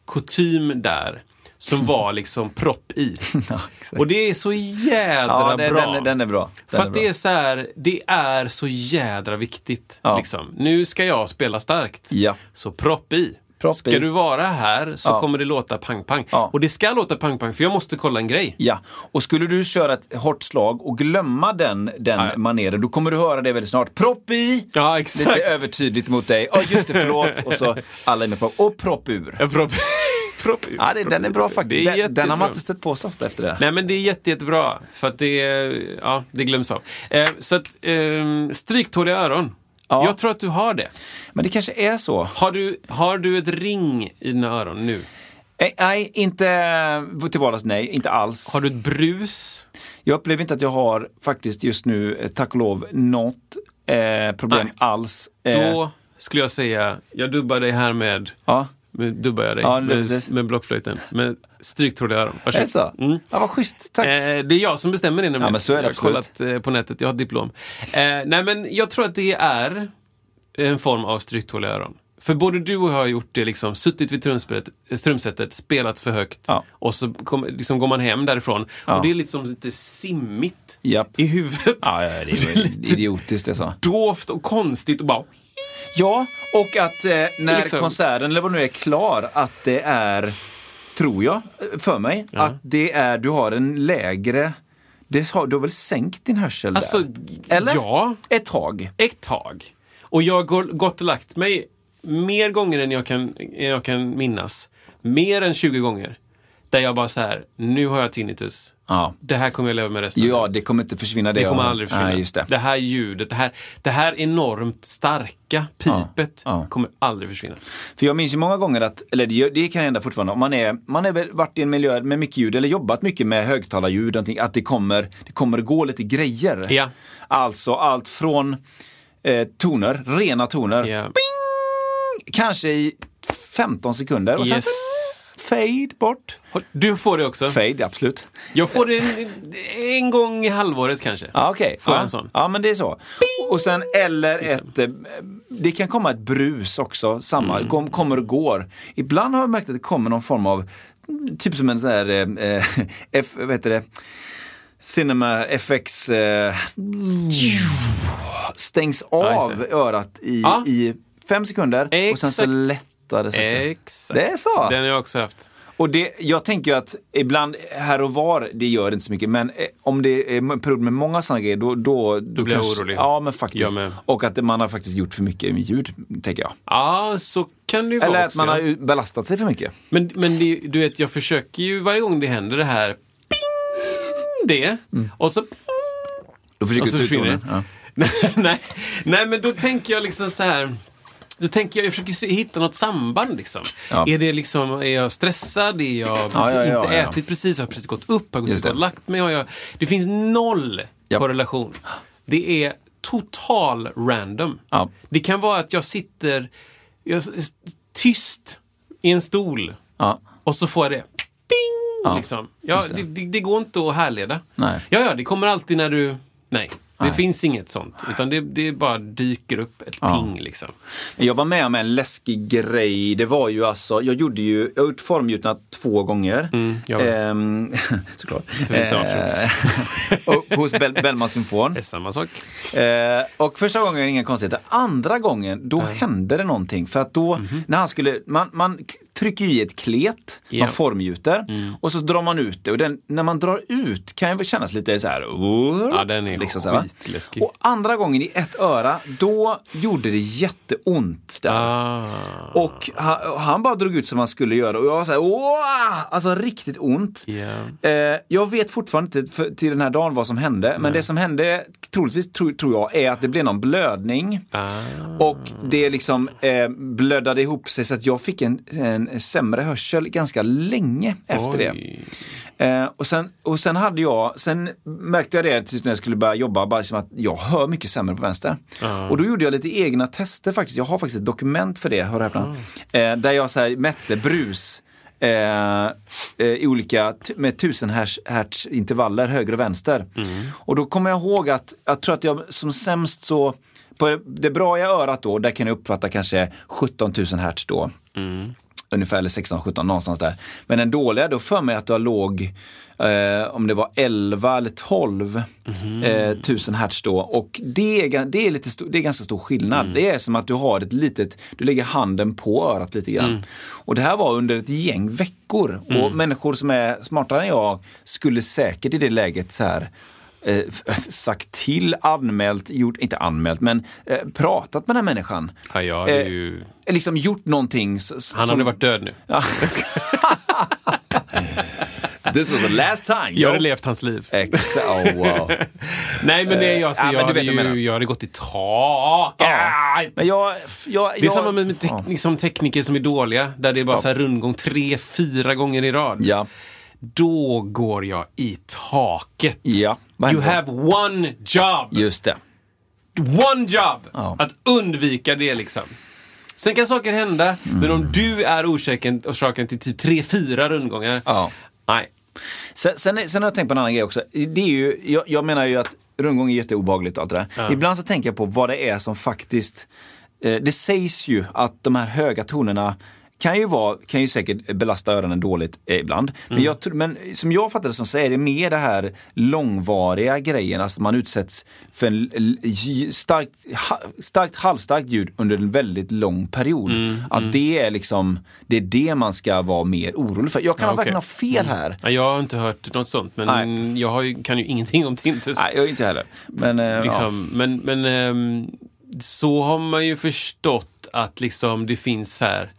Speaker 1: kutym där
Speaker 2: <laughs>
Speaker 1: som var liksom propp i.
Speaker 2: ja, exakt.
Speaker 1: Och det är så jädra
Speaker 2: Ja, den,
Speaker 1: bra.
Speaker 2: den, är- den är bra.
Speaker 1: För
Speaker 2: Den är
Speaker 1: att
Speaker 2: bra.
Speaker 1: det är så här, det är så jädra viktigt.
Speaker 2: Ja.
Speaker 1: Liksom. Nu ska jag spela starkt.
Speaker 2: Ja.
Speaker 1: Så propp i.
Speaker 2: Propp
Speaker 1: ska
Speaker 2: i.
Speaker 1: du vara här så
Speaker 2: Ja.
Speaker 1: kommer det låta pang-pang.
Speaker 2: Ja.
Speaker 1: Och det ska låta pang-pang för jag måste kolla en grej.
Speaker 2: Ja, och skulle du köra ett hårt slag och glömma den, den
Speaker 1: Ja.
Speaker 2: maneren, då kommer du höra det väldigt snart. Propp i!
Speaker 1: Ja, exakt.
Speaker 2: Lite övertydligt mot dig. Ja, just det, förlåt. Och så alla är med på. Och propp ur.
Speaker 1: Ja, propp. <laughs> propp ur.
Speaker 2: Ja, det, den är bra faktiskt.
Speaker 1: Det är
Speaker 2: Den, den har
Speaker 1: jättebra.
Speaker 2: man inte stött på så ofta efter det.
Speaker 1: Nej men det är jätte, jättebra. För att det, är- ja, det glöms av. Eh, så att, eh, stryktåliga öron.
Speaker 2: Ja.
Speaker 1: Jag tror att du har det.
Speaker 2: Men det kanske är så.
Speaker 1: Har du, har du ett ring i dina öron nu?
Speaker 2: Nej, Nej, inte eh, till vardags, nej, inte alls.
Speaker 1: Har du ett brus?
Speaker 2: Jag upplever inte att jag har faktiskt just nu, eh, tack och lov, något eh, problem
Speaker 1: Nej.
Speaker 2: alls. Eh,
Speaker 1: Då skulle jag säga, jag dubbar dig här med,
Speaker 2: ja.
Speaker 1: med dubbar jag dig
Speaker 2: Ja, det är
Speaker 1: med,
Speaker 2: precis.
Speaker 1: med blockflöjten. Med stryktåliga öron.
Speaker 2: Är
Speaker 1: Varsågod.
Speaker 2: det så?
Speaker 1: Mm.
Speaker 2: Ja, vad schysst, tack.
Speaker 1: Eh, det är jag som bestämmer det nämligen.
Speaker 2: Ja, men så är det
Speaker 1: jag har
Speaker 2: absolut.
Speaker 1: kollat eh, på nätet, jag har ett diplom. Eh, nej men jag tror att det är en form av stryktåliga öron. För både du och jag har gjort det, liksom, suttit vid trumspelet- strumsetet, spelat för högt
Speaker 2: Ja.
Speaker 1: och så kom, liksom går man hem därifrån. Och det är liksom lite simmigt
Speaker 2: Japp.
Speaker 1: i huvudet.
Speaker 2: Ja, ja, det
Speaker 1: Och <laughs>
Speaker 2: är
Speaker 1: lite
Speaker 2: idiotiskt det så.
Speaker 1: dovt och konstigt och bara...
Speaker 2: Ja, och att eh, när
Speaker 1: Liksom.
Speaker 2: konserten, eller vad nu är, klar, att det är, tror jag, för mig, att det är, du har en lägre, det har, du har väl sänkt din hörsel
Speaker 1: Alltså,
Speaker 2: där? Eller?
Speaker 1: ja.
Speaker 2: Ett tag.
Speaker 1: ett tag. Och jag har gå- gått och lagt mig mer gånger än jag kan, än jag kan minnas. Mer än 20 gånger. Där jag bara så här, nu har jag tinnitus.
Speaker 2: Ja.
Speaker 1: Det här kommer jag leva med resten
Speaker 2: Ja,
Speaker 1: av
Speaker 2: det kommer inte försvinna. Det,
Speaker 1: det kommer
Speaker 2: jag-
Speaker 1: aldrig försvinna.
Speaker 2: Nej, just det.
Speaker 1: här ljudet, det här, det här enormt starka pipet
Speaker 2: Ja, ja.
Speaker 1: kommer aldrig försvinna.
Speaker 2: För jag minns ju många gånger att, eller det, gör- det kan hända fortfarande, om man är, man är väl varit i en miljö med mycket ljud eller jobbat mycket med högtalarljud, någonting, att det kommer, det kommer gå lite grejer.
Speaker 1: Ja.
Speaker 2: Alltså allt från eh, toner, rena toner,
Speaker 1: Ja.
Speaker 2: kanske i 15 sekunder och
Speaker 1: Yes.
Speaker 2: sen fade bort.
Speaker 1: Du får det också.
Speaker 2: Fade, absolut.
Speaker 1: Jag får det en, en gång i halvåret kanske.
Speaker 2: Ja, okej.
Speaker 1: Får jag
Speaker 2: ja.
Speaker 1: en sån?
Speaker 2: ja, men det är så. Och sen eller ett, eh, det kan komma ett brus också, samma,
Speaker 1: Mm.
Speaker 2: kom, kommer och går. Ibland har jag märkt att det kommer någon form av, mm, typ som en sån här, eh, eh, F, vad heter det, Cinema FX eh, stängs
Speaker 1: Ja,
Speaker 2: av
Speaker 1: just
Speaker 2: örat i,
Speaker 1: Ja.
Speaker 2: i fem sekunder och sen så
Speaker 1: Exakt.
Speaker 2: lättar det sakta.
Speaker 1: Exakt.
Speaker 2: Det är så.
Speaker 1: Den har jag också haft.
Speaker 2: Och det, jag tänker ju att ibland, här och var, det gör inte så mycket. Men eh, om det är en period med många sådana grejer, då... Då, då,
Speaker 1: blir jag orolig.
Speaker 2: Ja, men faktiskt.
Speaker 1: Jag med.
Speaker 2: Och att man har faktiskt gjort för mycket med ljud, tänker jag.
Speaker 1: Ja, så kan det ju vara
Speaker 2: Eller att
Speaker 1: också,
Speaker 2: man
Speaker 1: ja.
Speaker 2: har ju belastat sig för mycket.
Speaker 1: Men, men det, du vet, jag försöker ju varje gång det händer det här ping, det
Speaker 2: Mm.
Speaker 1: och så ping,
Speaker 2: Då försöker
Speaker 1: och så
Speaker 2: du ta ut
Speaker 1: försvinner
Speaker 2: tonen.
Speaker 1: det. <laughs>
Speaker 2: Ja.
Speaker 1: nej, nej, men då tänker jag liksom så här. Då tänker jag, jag försöker se- hitta något samband liksom.
Speaker 2: Ja.
Speaker 1: Är det liksom, är jag stressad? Är jag
Speaker 2: Ja, ja, ja,
Speaker 1: inte
Speaker 2: ja.
Speaker 1: ätit precis? Har jag precis gått upp? Har jag precis
Speaker 2: Just det.
Speaker 1: gått och lagt mig? Har jag, det finns noll
Speaker 2: Ja.
Speaker 1: korrelation. Det är total random.
Speaker 2: Ja.
Speaker 1: Det kan vara att jag sitter jag, s- tyst i en stol
Speaker 2: Ja.
Speaker 1: och så får jag det. Bing!
Speaker 2: Ja,
Speaker 1: liksom. ja,
Speaker 2: just
Speaker 1: det.
Speaker 2: det.
Speaker 1: Det, det går inte att härleda.
Speaker 2: Nej.
Speaker 1: Ja, ja, det kommer alltid när du... Nej, det finns inget sånt. Utan det, det bara dyker upp ett
Speaker 2: Ja.
Speaker 1: ping liksom.
Speaker 2: Jag var med om en läskig grej. Det var ju alltså, jag gjorde ju, jag har gjort formgjutna två gånger.
Speaker 1: Mm, jag med.
Speaker 2: Ehm, <laughs> såklart.
Speaker 1: Det är samma
Speaker 2: Ehm, <laughs> och hos Bell, Bellman Symfon.
Speaker 1: Det är samma sak.
Speaker 2: Eh, och första gången är det inga konstigheter. Andra gången, då hände det någonting. För att då,
Speaker 1: Mhm.
Speaker 2: när han skulle, man, man k- trycker ju i ett klet,
Speaker 1: Ja. Mm.
Speaker 2: man formgjuter och så drar man ut det. Och den, när man drar ut kan det kännas lite så här... liksom
Speaker 1: Ja, den är
Speaker 2: så här, va?
Speaker 1: skitläskig.
Speaker 2: Och andra gången i ett öra, då gjorde det jätteont. Där.
Speaker 1: Ah.
Speaker 2: Och han, och han bara drog ut som han skulle göra och jag var såhär åh! Alltså riktigt ont.
Speaker 1: Ja.
Speaker 2: Eh, jag vet fortfarande inte för, till den här dagen vad som hände, men det som hände troligtvis tror, tror jag är att det blev någon blödning. Och det liksom eh, blödade ihop sig så att jag fick en, en sämre hörsel ganska länge efter det.
Speaker 1: Oj.
Speaker 2: Eh, och, sen, och sen hade jag, sen märkte jag det tills när jag skulle börja jobba, bara liksom att jag hör mycket sämre på vänster. Och då gjorde jag lite egna tester faktiskt. Jag har faktiskt ett dokument för det, hör här uh. eh, Där jag så här mätte brus. Eh, eh, i olika, t- med tusen hertz, hertz intervaller höger och vänster. Och då kommer jag ihåg att jag tror att jag som sämst så, på det bra i örat då, där kan jag uppfatta kanske 17 000 hertz då ungefär, eller 16, 17, någonstans där. Men den dåliga, då för mig att jag låg, eh, om det var 11 eller 12
Speaker 1: Mhm.
Speaker 2: eh, tusen hertz då. Och det är, ga- det är, lite stor, det är ganska stor skillnad.
Speaker 1: Mm.
Speaker 2: Det är som att du har ett litet, du lägger handen på örat lite grann.
Speaker 1: Mm.
Speaker 2: Och det här var under ett gäng veckor. Och människor som är smartare än jag skulle säkert i det läget så här eh, <laughs> sagt till, anmält, gjort, inte anmält, men eh, pratat med den här människan.
Speaker 1: Ja, jag hade
Speaker 2: Eh,
Speaker 1: ju-
Speaker 2: Liksom gjort någonting. s- s-
Speaker 1: Han
Speaker 2: som-
Speaker 1: hade varit död nu.
Speaker 2: This was the last time.
Speaker 1: Jag hade levt hans liv.
Speaker 2: Ex- oh,
Speaker 1: <laughs>
Speaker 2: wow.
Speaker 1: Nej, men det är jag. Så
Speaker 2: ja, men
Speaker 1: jag,
Speaker 2: du
Speaker 1: hade
Speaker 2: vet vad jag menar.
Speaker 1: ju, jag hade gått i tak. Ah,
Speaker 2: Men jag, jag,
Speaker 1: Det är
Speaker 2: jag,
Speaker 1: samma med tek- liksom tekniker som är dåliga, där det är bara så här rundgång tre, fyra gånger i rad.
Speaker 2: Ja.
Speaker 1: Då går jag i taket.
Speaker 2: Ja. Vad
Speaker 1: You
Speaker 2: händer
Speaker 1: have one job!
Speaker 2: Just det.
Speaker 1: One job!
Speaker 2: Ja.
Speaker 1: Att undvika det liksom. Sen kan saker hända, men
Speaker 2: Mm.
Speaker 1: om du är orsaken, orsaken till typ tre, fyra rundgångar.
Speaker 2: Ja.
Speaker 1: Nej.
Speaker 2: Sen, sen, är- sen har jag tänkt på en annan grej också. Det är ju, jag, jag menar ju att rundgång är jätteobehagligt och allt det där. Ibland så tänker jag på vad det är som faktiskt eh, det sägs ju att de här höga tonerna kan ju, vara, kan ju säkert belasta öronen dåligt eh, ibland.
Speaker 1: Mm.
Speaker 2: Men, jag, tror- men som jag fattar det som så är det mer det här långvariga grejen, alltså man utsätts för en l- j- starkt, ha, starkt halvstarkt ljud under en väldigt lång period.
Speaker 1: Mm,
Speaker 2: att det är liksom, det är det man ska vara mer orolig för. Jag kan
Speaker 1: Ja,
Speaker 2: verkligen ha
Speaker 1: okej. Mm.
Speaker 2: fel här.
Speaker 1: Ja, jag har inte hört något sånt, men
Speaker 2: Nej.
Speaker 1: jag har ju, kan ju ingenting om Tintus.
Speaker 2: Nej, jag inte heller. Men, eh, ja.
Speaker 1: Liksom. Men, men ehm, så har man ju förstått att liksom det finns så här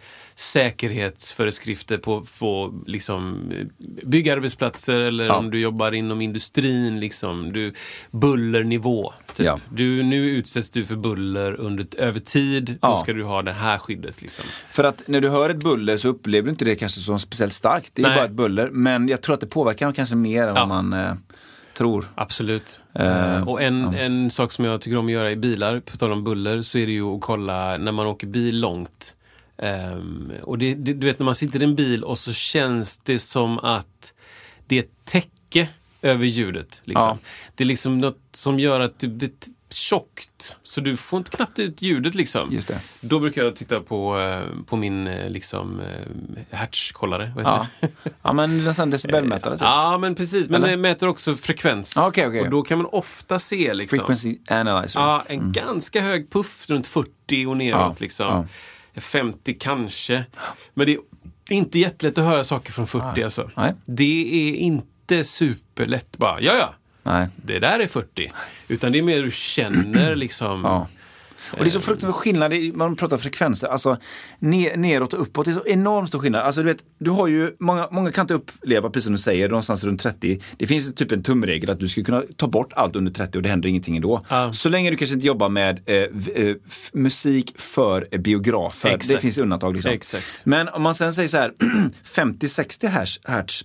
Speaker 1: säkerhetsföreskrifter på, på liksom eh, byggarbetsplatser eller
Speaker 2: Ja.
Speaker 1: om du jobbar inom industrin. Liksom, du, bullernivå. Typ.
Speaker 2: Ja.
Speaker 1: Du, nu utsätts du för buller under, över tid.
Speaker 2: Ja.
Speaker 1: Då ska du ha det här skyddet. Liksom.
Speaker 2: För att när du hör ett buller så upplever du inte det kanske som speciellt starkt. Det är
Speaker 1: Nej.
Speaker 2: bara ett buller. Men jag tror att det påverkar kanske mer än
Speaker 1: Ja.
Speaker 2: vad man eh, tror.
Speaker 1: Absolut.
Speaker 2: Eh,
Speaker 1: Eh, och en, en sak som jag tycker om att göra i bilar, på tal om buller, så är det ju att kolla när man åker bil långt. Ehm, och det, det, du vet när man sitter i en bil och så känns det som att det är ett täcke över ljudet. Liksom.
Speaker 2: Ja.
Speaker 1: Det är liksom något som gör att det, det är t- tjockt, så du får inte knappt ut ljudet. Liksom.
Speaker 2: Just det.
Speaker 1: Då brukar jag titta på, eh, på min eh, liksom, eh, hertzkollare. vad heter
Speaker 2: Ja,
Speaker 1: <laughs> det?
Speaker 2: ja men nästan decibelmätare. Typ.
Speaker 1: Ja, men precis. Men
Speaker 2: Eller?
Speaker 1: den mäter också frekvens.
Speaker 2: Ah, okej, okej.
Speaker 1: Och då kan man ofta se liksom,
Speaker 2: Frequency analyzer.
Speaker 1: ja, en ganska hög puff runt 40 och neråt.
Speaker 2: Ja,
Speaker 1: Liksom. 50 kanske. Men det är inte jättelätt att höra saker från 40. Alltså.
Speaker 2: Nej.
Speaker 1: Det är inte superlätt bara, ja ja,
Speaker 2: Nej.
Speaker 1: det där är 40. Utan det är mer du känner liksom.
Speaker 2: Ja. Och det är så fruktansvärt skillnad, i- man pratar frekvenser, alltså ner, neråt och uppåt, det är så enormt stor skillnad. Alltså du vet, du har ju, många, många kan inte uppleva, precis som du säger, någonstans runt 30. Det finns typ en tumregel att du ska kunna ta bort allt under 30 och det händer ingenting ändå.
Speaker 1: Ja.
Speaker 2: Så länge du kanske inte jobbar med eh, v- eh, f- musik för eh, biografer, det
Speaker 1: Exakt.
Speaker 2: finns undantag liksom.
Speaker 1: Exakt.
Speaker 2: Men om man sen säger så här, <clears throat> 50-60 hertz, hertz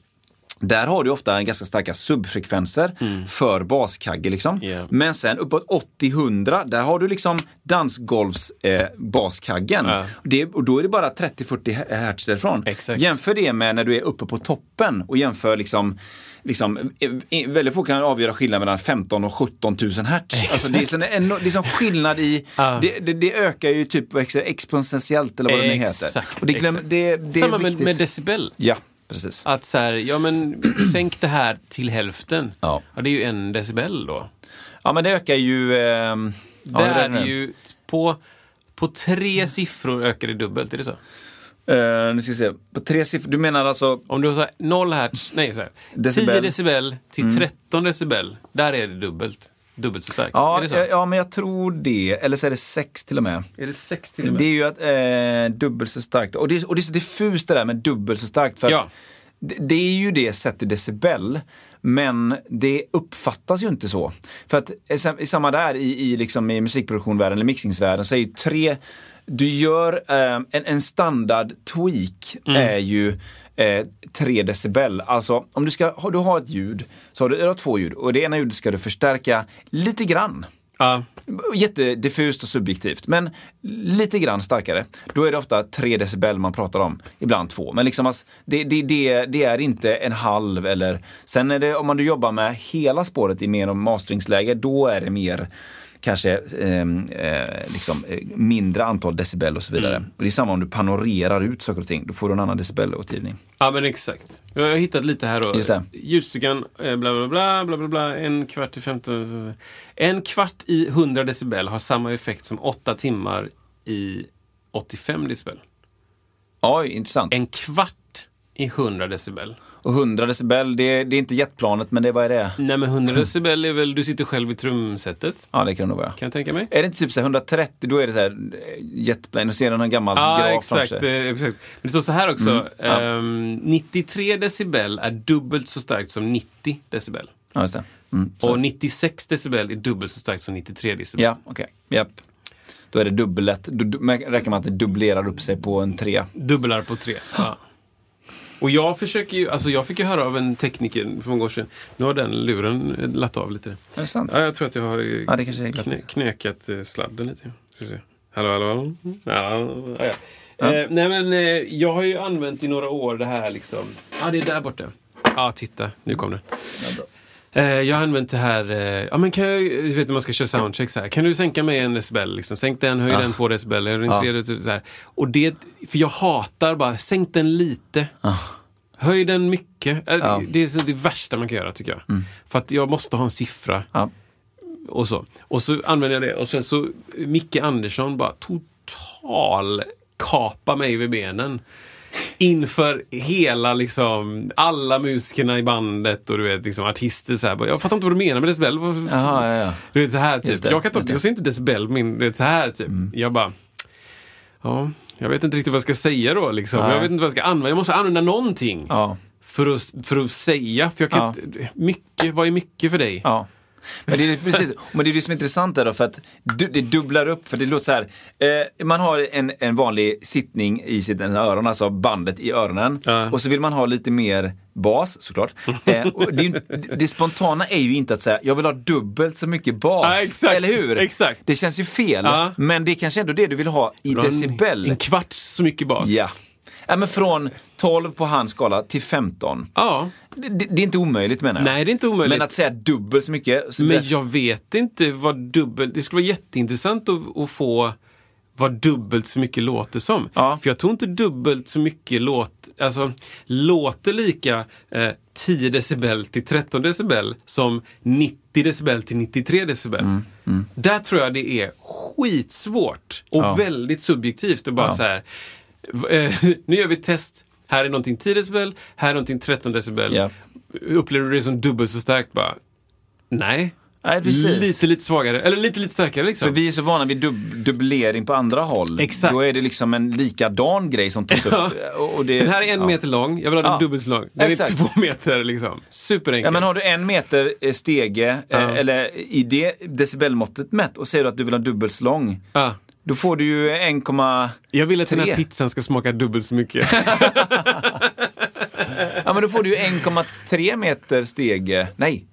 Speaker 2: där har du ofta en ganska starka subfrekvenser för baskagge. Liksom.
Speaker 1: Mm. Ja.
Speaker 2: Men sen uppåt 80-100, där har du liksom dansgolvsbaskaggen. Eh, baskaggen.
Speaker 1: Ja.
Speaker 2: Det- Och då är det bara 30-40 hertz därifrån.
Speaker 1: Exakt.
Speaker 2: Jämför det med när du är uppe på toppen och jämför liksom Liksom, eh, eh, väldigt få kan avgöra skillnaden mellan 15 000 och 17 000 hertz. Alltså det, är sån eno- det är sån skillnad i...
Speaker 1: Ja.
Speaker 2: Det, det, det ökar ju typ vad heter det, exponentiellt eller vad det nu heter.
Speaker 1: Exakt,
Speaker 2: Och det, glöm,
Speaker 1: exakt.
Speaker 2: det, det är
Speaker 1: Samma med,
Speaker 2: viktigt.
Speaker 1: med decibel.
Speaker 2: Ja, precis.
Speaker 1: Att så här, ja men sänk det här till hälften.
Speaker 2: Ja.
Speaker 1: det är ju en decibel då.
Speaker 2: Ja, men det ökar ju... ehm, ja, hur
Speaker 1: Där
Speaker 2: det nu?
Speaker 1: ju på, på tre siffror ökar det dubbelt, är det så?
Speaker 2: Eh, nu ska vi se. På tre siffror. Du menar alltså...
Speaker 1: Om du har så här 0 hertz, nej så här,
Speaker 2: Decibel. Mm.
Speaker 1: 10 decibel till 13 decibel, där är det dubbelt. Dubbelt så starkt. är
Speaker 2: Ja,
Speaker 1: det så?
Speaker 2: ja, ja, men jag tror det. Eller så är det sex till och med.
Speaker 1: Är det 6 till och med?
Speaker 2: Det är ju att eh, dubbelt så starkt. Och det, är- och det är så diffust det där med dubbelt så starkt. För
Speaker 1: Ja.
Speaker 2: att det, det är ju det sett i decibel. Men det uppfattas ju inte så. För att eh, sam- i samma där i, i, liksom i musikproduktionvärlden eller mixingsvärlden så är ju tre, du gör eh, en, en standard tweak
Speaker 1: Mm.
Speaker 2: är ju eh, 3 decibel. Alltså om du, ska, har- du har ett ljud, så har du, du har två ljud och det ena ljudet ska du förstärka lite grann.
Speaker 1: ja.
Speaker 2: Jättediffust och subjektivt, men lite grann starkare. Då är det ofta 3 decibel man pratar om, ibland 2. Men liksom, alltså, det, det, det, det är inte en halv eller... Sen är det, om man då jobbar med hela spåret i mer om masteringsläge, då är det mer kanske ehm, eh, liksom, eh, mindre antal decibel och så vidare. Och det är samma om du panorerar ut saker och ting, då får du en annan decibelåtergivning.
Speaker 1: ja, men exakt. Jag har hittat lite här då.
Speaker 2: Just det.
Speaker 1: Ljudstugan, eh, bla bla bla, bla bla bla, en kvart i 15... En kvart i 100 decibel har samma effekt som 8 timmar i 85 decibel.
Speaker 2: Oj, intressant.
Speaker 1: En kvart i 100 decibel.
Speaker 2: Och 100 decibel, det, det är inte jetplanet, men det, vad är det?
Speaker 1: Nej men
Speaker 2: Hmm.
Speaker 1: 100 decibel är väl, du sitter själv i trumsetet,
Speaker 2: Ja, det kan det nog vara.
Speaker 1: kan jag tänka mig.
Speaker 2: Är det inte typ så här 130, då är det så här eh, jetplane, och ser den någon gammal
Speaker 1: Ja,
Speaker 2: graf
Speaker 1: exakt,
Speaker 2: framför sig. Mm,
Speaker 1: eh, exakt. Men det står så här också. ehm, 93 decibel är dubbelt så starkt som 90 decibel.
Speaker 2: Ja, just det. Mm, så.
Speaker 1: Och 96 decibel är dubbelt så starkt som 93 decibel.
Speaker 2: Ja, okej. Japp. Då är det dubblet. Då du- men räcker man att det dubblerar upp sig på en trea.
Speaker 1: Dubblar på tre. Ja. Och jag försöker ju, alltså jag fick ju höra av en tekniker för många år sedan. Nu har den luren eh, latt av lite.
Speaker 2: Är det sant?
Speaker 1: Ja, jag tror att jag har eh,
Speaker 2: Ja, det kanske är glatt.
Speaker 1: knä, knökat eh, sladden lite. Ska vi se. Hallå, hallå, hallå. Mm. Ja, ja. Eh, nej, men eh, jag har ju använt i några år det här liksom. Ja, ah, det är där borta. Ja, titta. Nu kom den. Eh, jag har använt det här, eh, ja men kan jag, du vet när man ska köra soundcheck så här, kan du sänka mig en decibel? Liksom? Sänk den, höj den två decibel, eller en tre decibel. Så här. Och det, för jag hatar bara, sänk den lite. Höj den mycket. Eh, Det är så det värsta man kan göra tycker jag. För att jag måste ha en siffra.
Speaker 2: Mm. Ja.
Speaker 1: Och så. och så använder jag det och sen så Micke Andersson bara total kapa mig vid benen. Inför hela liksom, alla musikerna i bandet och du vet liksom artister så här. bara, Jag fattar inte vad du menar med decibel. Vad-
Speaker 2: Jaha, ja, ja.
Speaker 1: Du vet så här typ.
Speaker 2: Just det,
Speaker 1: jag, kan
Speaker 2: just
Speaker 1: inte,
Speaker 2: det. Mm.
Speaker 1: jag ser inte decibel på min, du vet så här typ. Jag bara, ja, jag vet inte riktigt vad jag ska säga då liksom. Jag vet inte vad jag ska använda. Jag måste använda någonting.
Speaker 2: Ja.
Speaker 1: För att, för att säga, för jag kan
Speaker 2: Ja.
Speaker 1: inte, mycket, vad är mycket för dig?
Speaker 2: Ja. Men det,
Speaker 1: <laughs>
Speaker 2: är, precis, men det är det som är intressant där då, för att du, det dubblar upp. För det låter så här. Eh, man har en, en vanlig sittning i sina öron, alltså bandet i öronen.
Speaker 1: Ja.
Speaker 2: Och så vill man ha lite mer
Speaker 1: <laughs>
Speaker 2: bas såklart. Eh, och det, är ju- det spontana är ju inte att säga, jag vill ha dubbelt så mycket bas.
Speaker 1: Ja, exakt.
Speaker 2: Eller hur?
Speaker 1: Exakt.
Speaker 2: Det känns ju fel.
Speaker 1: Ja.
Speaker 2: Men det är kanske ändå det du vill ha i
Speaker 1: Du har en-
Speaker 2: decibel.
Speaker 1: En kvarts så mycket bas.
Speaker 2: Ja. ja men från 12 på hans skala till 15.
Speaker 1: Ja,
Speaker 2: Det, det det är inte omöjligt menar jag.
Speaker 1: Nej, det är inte omöjligt.
Speaker 2: Men att säga dubbelt så mycket. Så
Speaker 1: men
Speaker 2: det-
Speaker 1: jag vet inte vad dubbelt... Det skulle vara jätteintressant att, att få vad dubbelt så mycket låter som.
Speaker 2: Ja.
Speaker 1: För jag tror inte dubbelt så mycket låt, alltså, låter lika eh, 10 decibel till 13 decibel som 90 decibel till 93 decibel.
Speaker 2: Mm,
Speaker 1: Där tror jag det är skitsvårt och väldigt subjektivt att bara så här, v- eh, <laughs> nu gör vi ett test. Här är någonting 10 decibel, här är någonting 13 decibel.
Speaker 2: Ja.
Speaker 1: Upplever du det som dubbelt så starkt? Bara, Nej.
Speaker 2: Nej, precis.
Speaker 1: Lite, lite svagare. Eller lite, lite starkare liksom.
Speaker 2: För vi är så vana vid dub- dubblering på andra håll.
Speaker 1: Exakt.
Speaker 2: Då är det liksom en likadan grej som tas upp.
Speaker 1: <laughs> Ja.
Speaker 2: Och och det,
Speaker 1: Den här är en
Speaker 2: ja.
Speaker 1: meter lång. Jag vill ha den
Speaker 2: Ja.
Speaker 1: dubbelt så lång. Den
Speaker 2: Exakt.
Speaker 1: är två meter liksom. Superenkel.
Speaker 2: Ja, men har du en meter eh, stege, eh, eller i det decibelmåttet mätt, och säger du att du vill ha dubbelt så lång,
Speaker 1: Ja.
Speaker 2: då får du ju 1,...
Speaker 1: Jag vill att den
Speaker 2: Tre.
Speaker 1: här pizzan ska smaka dubbelt så
Speaker 2: <laughs>
Speaker 1: mycket.
Speaker 2: Ja, men då får du ju 1,3 meter stege. Nej,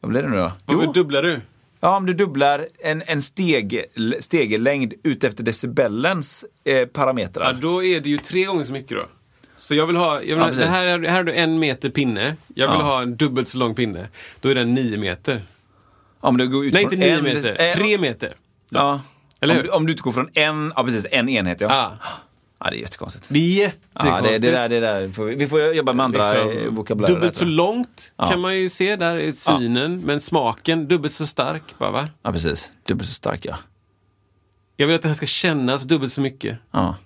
Speaker 2: vad blir det nu då?
Speaker 1: Varför
Speaker 2: Jo,
Speaker 1: dubblar du?
Speaker 2: ja, om du dubblar en, en steg, stegelängd utefter decibellens eh, parametrar.
Speaker 1: Ja, då är det ju tre gånger så mycket då. Så jag vill ha, jag vill ha
Speaker 2: precis.
Speaker 1: det här, är- här har du en meter pinne. Jag vill
Speaker 2: Ja.
Speaker 1: ha en dubbelt så lång pinne. Då är den nio meter.
Speaker 2: Om du går ut
Speaker 1: Nej,
Speaker 2: från
Speaker 1: inte nio
Speaker 2: en-
Speaker 1: meter.
Speaker 2: eh,
Speaker 1: Tre meter.
Speaker 2: Ja.
Speaker 1: Eller
Speaker 2: om,
Speaker 1: hur?
Speaker 2: du- om du utgår från en, ja precis, en enhet ja.
Speaker 1: Ja.
Speaker 2: Ja, det är jättekonstigt.
Speaker 1: Det är
Speaker 2: Ja, det,
Speaker 1: jättekonstigt.
Speaker 2: det där, det där. får vi- Vi får jobba med andra eh, vokabulärer.
Speaker 1: Liksom, dubbelt
Speaker 2: där,
Speaker 1: så
Speaker 2: tror jag.
Speaker 1: långt
Speaker 2: Ja.
Speaker 1: kan man ju se där i synen, men smaken dubbelt så stark. Bara, va?
Speaker 2: Ja, precis. Dubbelt så stark ja.
Speaker 1: Jag vill att den här ska kännas dubbelt så mycket. <laughs>
Speaker 2: Ja,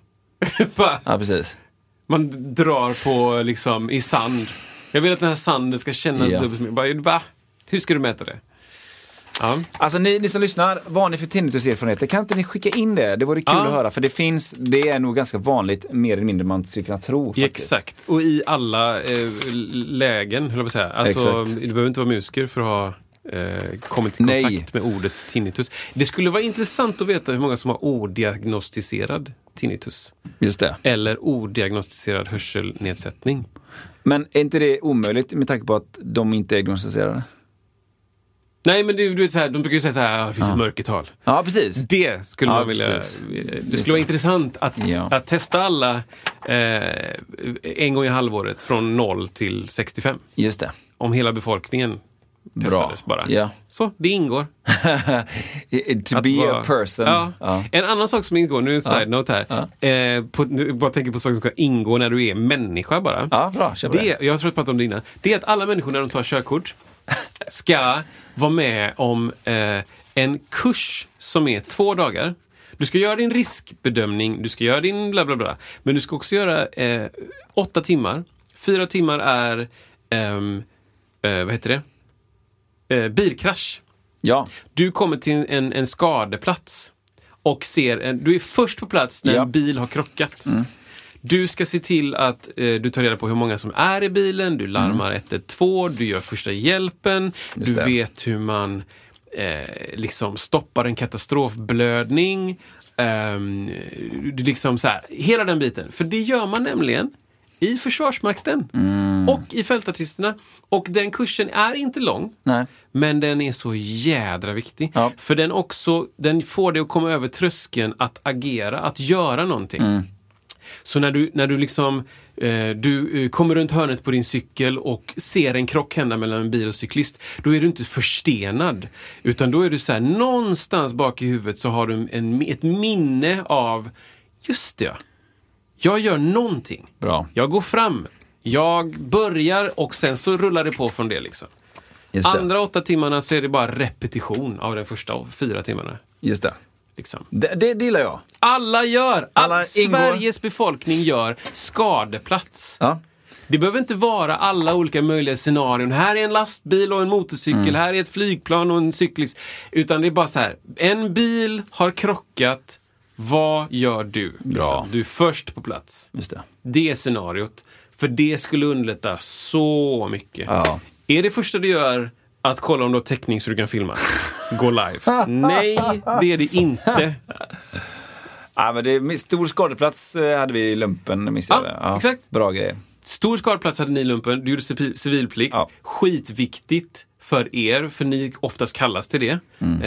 Speaker 1: bara,
Speaker 2: ja precis.
Speaker 1: man drar på liksom i sand. Jag vill att den här sanden ska kännas
Speaker 2: Ja.
Speaker 1: dubbelt så mycket. Bara, va? Hur ska du mäta det? Ja.
Speaker 2: Alltså ni, ni som lyssnar, vad har ni för tinnitus-erfarenheter? Kan inte ni skicka in det? Det vore kul
Speaker 1: Ja.
Speaker 2: att höra. För det finns, det är nog ganska vanligt, mer eller mindre man skulle kunna tro. Faktiskt.
Speaker 1: Exakt, och i alla eh, lägen, höll jag på att säga. Alltså,
Speaker 2: Exakt.
Speaker 1: du behöver inte vara musiker för att ha eh, kommit i kontakt
Speaker 2: Nej.
Speaker 1: med ordet tinnitus. Det skulle vara intressant att veta hur många som har odiagnostiserad tinnitus.
Speaker 2: Just det.
Speaker 1: Eller odiagnostiserad hörselnedsättning.
Speaker 2: Men är inte det omöjligt med tanke på att de inte är diagnostiserade?
Speaker 1: Nej, men du, du vet, så här, de brukar ju säga så här, "Ah, det finns ett mörkertal.
Speaker 2: Ja, precis.
Speaker 1: Det skulle
Speaker 2: Ja,
Speaker 1: man vilja...
Speaker 2: precis.
Speaker 1: Det skulle vara intressant att,
Speaker 2: Ja.
Speaker 1: att testa alla eh, en gång i halvåret från 0 till 65.
Speaker 2: Just det. <laughs>
Speaker 1: Om hela befolkningen testades bara.
Speaker 2: Ja.
Speaker 1: Så, det ingår.
Speaker 2: to
Speaker 1: Att
Speaker 2: be a
Speaker 1: vara-
Speaker 2: person.
Speaker 1: Ja.
Speaker 2: Ja.
Speaker 1: En annan sak som ingår, nu är en side-note här. Eh, på, nu, bara tänker på saker som ska ingå när du är människa bara.
Speaker 2: Ja, bra. Kör på det.
Speaker 1: det, jag tror jag pratade om det innan. Det är att alla människor när de tar körkort ska vara med om eh, en kurs som är två dagar. Du ska göra din riskbedömning, du ska göra din bla bla bla. Men du ska också göra eh, åtta timmar. Fyra timmar är, ehm, eh, vad heter det? Eh, bilkrasch.
Speaker 2: Ja.
Speaker 1: Du kommer till en, en skadeplats och ser, en, du är först på plats när
Speaker 2: Ja.
Speaker 1: en bil har krockat. Du ska se till att eh, du tar reda på hur många som är i bilen, du larmar 112, du gör första hjälpen, du
Speaker 2: Mm. det.
Speaker 1: vet hur man eh, liksom stoppar en katastrofblödning. ehm, du liksom så här, hela den biten. För det gör man nämligen i Försvarsmakten
Speaker 2: Mm.
Speaker 1: och i Fältartisterna. Och den kursen är inte lång.
Speaker 2: Nej.
Speaker 1: Men den är så jädra viktig.
Speaker 2: Ja.
Speaker 1: För
Speaker 2: Mm.
Speaker 1: den också, den får dig att komma över tröskeln att agera, att göra någonting. Så när du, när du liksom eh, du eh, kommer runt hörnet på din cykel och ser en krock hända mellan en bil och cyklist, då är du inte förstenad. Utan då är du så här, någonstans bak i huvudet så har du en, ett minne av, just det, jag gör någonting.
Speaker 2: Bra.
Speaker 1: Jag går fram. Jag börjar och sen så rullar det på från det. Liksom.
Speaker 2: Just det.
Speaker 1: Andra åtta timmarna så är det bara repetition av den första fyra timmarna.
Speaker 2: Just det.
Speaker 1: Liksom.
Speaker 2: Det, det, det gillar jag.
Speaker 1: Alla gör! Alla
Speaker 2: Alla
Speaker 1: All
Speaker 2: ingår.
Speaker 1: Sveriges befolkning gör skadeplats.
Speaker 2: Ja.
Speaker 1: Det behöver inte vara alla olika möjliga scenarion. Här är en lastbil och en motorcykel,
Speaker 2: Mm.
Speaker 1: här är ett flygplan och en cyklist. Utan det är bara så här, en bil har krockat, vad gör du? Liksom. Du är först på plats
Speaker 2: Just det.
Speaker 1: det scenariot. För det skulle underlätta så mycket.
Speaker 2: Ja.
Speaker 1: Är det första du gör att kolla om du har täckning så du kan
Speaker 2: <laughs>
Speaker 1: filma? Gå
Speaker 2: Ah.
Speaker 1: live. Nej, det är det inte.
Speaker 2: Ja, men det är stor skadeplats eh, hade vi i lumpen, minns jag
Speaker 1: Ja,
Speaker 2: det.
Speaker 1: exakt.
Speaker 2: Bra grejer.
Speaker 1: Stor skadplats hade ni i lumpen. Du gjorde civi- civilplikt.
Speaker 2: Ja.
Speaker 1: Skitviktigt för er, för ni oftast kallas till det.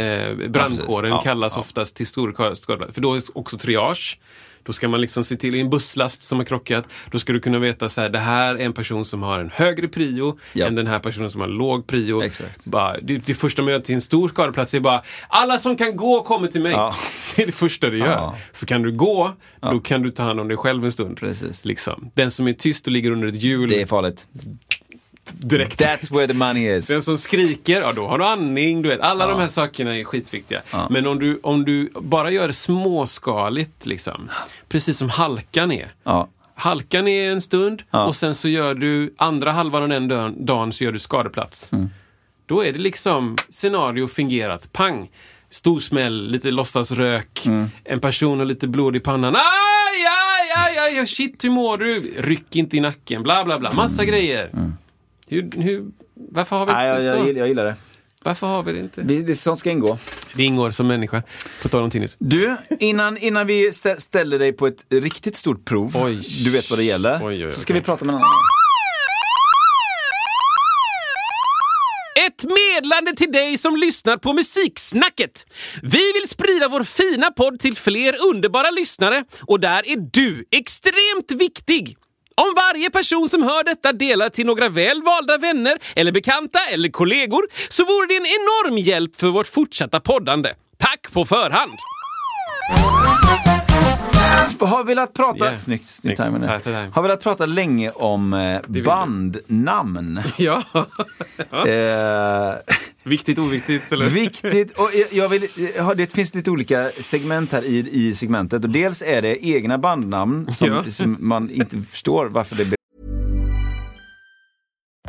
Speaker 1: Eh, brandkåren
Speaker 2: Mm. Ja,
Speaker 1: kallas oftast till stor ska- skadplats. För då är också triage. Då ska man liksom se till, i en busslast som har krockat, då ska du kunna veta så här, det här är en person som har en högre prio
Speaker 2: Ja.
Speaker 1: än den här personen som har låg prio.
Speaker 2: Exakt.
Speaker 1: Bara, det, det första man gör till en stor skadeplats är bara, alla som kan gå kommer till mig.
Speaker 2: Ja.
Speaker 1: <laughs> Det är det första du gör.
Speaker 2: Ja.
Speaker 1: För kan du gå, då kan du ta hand om dig själv en stund.
Speaker 2: Precis.
Speaker 1: Liksom. Den som är tyst och ligger under ett hjul
Speaker 2: Det är farligt.
Speaker 1: direkt.
Speaker 2: That's where the money is.
Speaker 1: Den som skriker, ja då har du andning. Du vet. Alla de här sakerna är skitviktiga. Men om du, om du bara gör det småskaligt, liksom, precis som halkan är.
Speaker 2: Ja.
Speaker 1: Halkan är en stund
Speaker 2: Ja.
Speaker 1: och sen så gör du andra halvan av den dö- dagen så gör du skadeplats.
Speaker 2: Mm.
Speaker 1: Då är det liksom scenario fingerat. Pang! Stor smäll, lite låtsasrök,
Speaker 2: Mm.
Speaker 1: en person har lite blod i pannan. Aj, aj, aj, aj, shit hur mår du? Ryck inte i nacken, bla bla bla. Massa grejer. Hur, hur, varför har vi inte
Speaker 2: Mm. Nej, jag,
Speaker 1: så?
Speaker 2: jag, gillar- jag gillar det.
Speaker 1: Varför har vi det inte?
Speaker 2: det. Det sånt ska ingå.
Speaker 1: Det ingår som människa. På tal om tinnitus.
Speaker 2: Du, innan, innan vi stä- ställer dig på ett riktigt stort prov,
Speaker 1: Oj.
Speaker 2: du vet vad det gäller,
Speaker 1: Oj, oj, oj.
Speaker 2: så ska vi prata med en annan.
Speaker 1: Ett medlande till dig som lyssnar på Musiksnacket. Vi vill sprida vår fina podd till fler underbara lyssnare och där är du extremt viktig. Om varje person som hör detta delar till några väl valda vänner eller bekanta eller kollegor så vore det en enorm hjälp för vårt fortsatta poddande. Tack på förhand!
Speaker 2: Har velat prata...
Speaker 1: Yeah.
Speaker 2: Snyggt,
Speaker 1: Snyggt.
Speaker 2: snyggt. timing där.
Speaker 1: Tack, tack, tack.
Speaker 2: Har velat prata länge om eh,
Speaker 1: du.
Speaker 2: <laughs> bandnamn.
Speaker 1: Ja,
Speaker 2: eh,
Speaker 1: viktigt oviktigt
Speaker 2: Viktigt. Och jag- jag vill, ja, det finns lite olika segment här i, i segmentet. Och dels är det egna bandnamn som,
Speaker 1: Ja.
Speaker 2: som man inte förstår varför det blir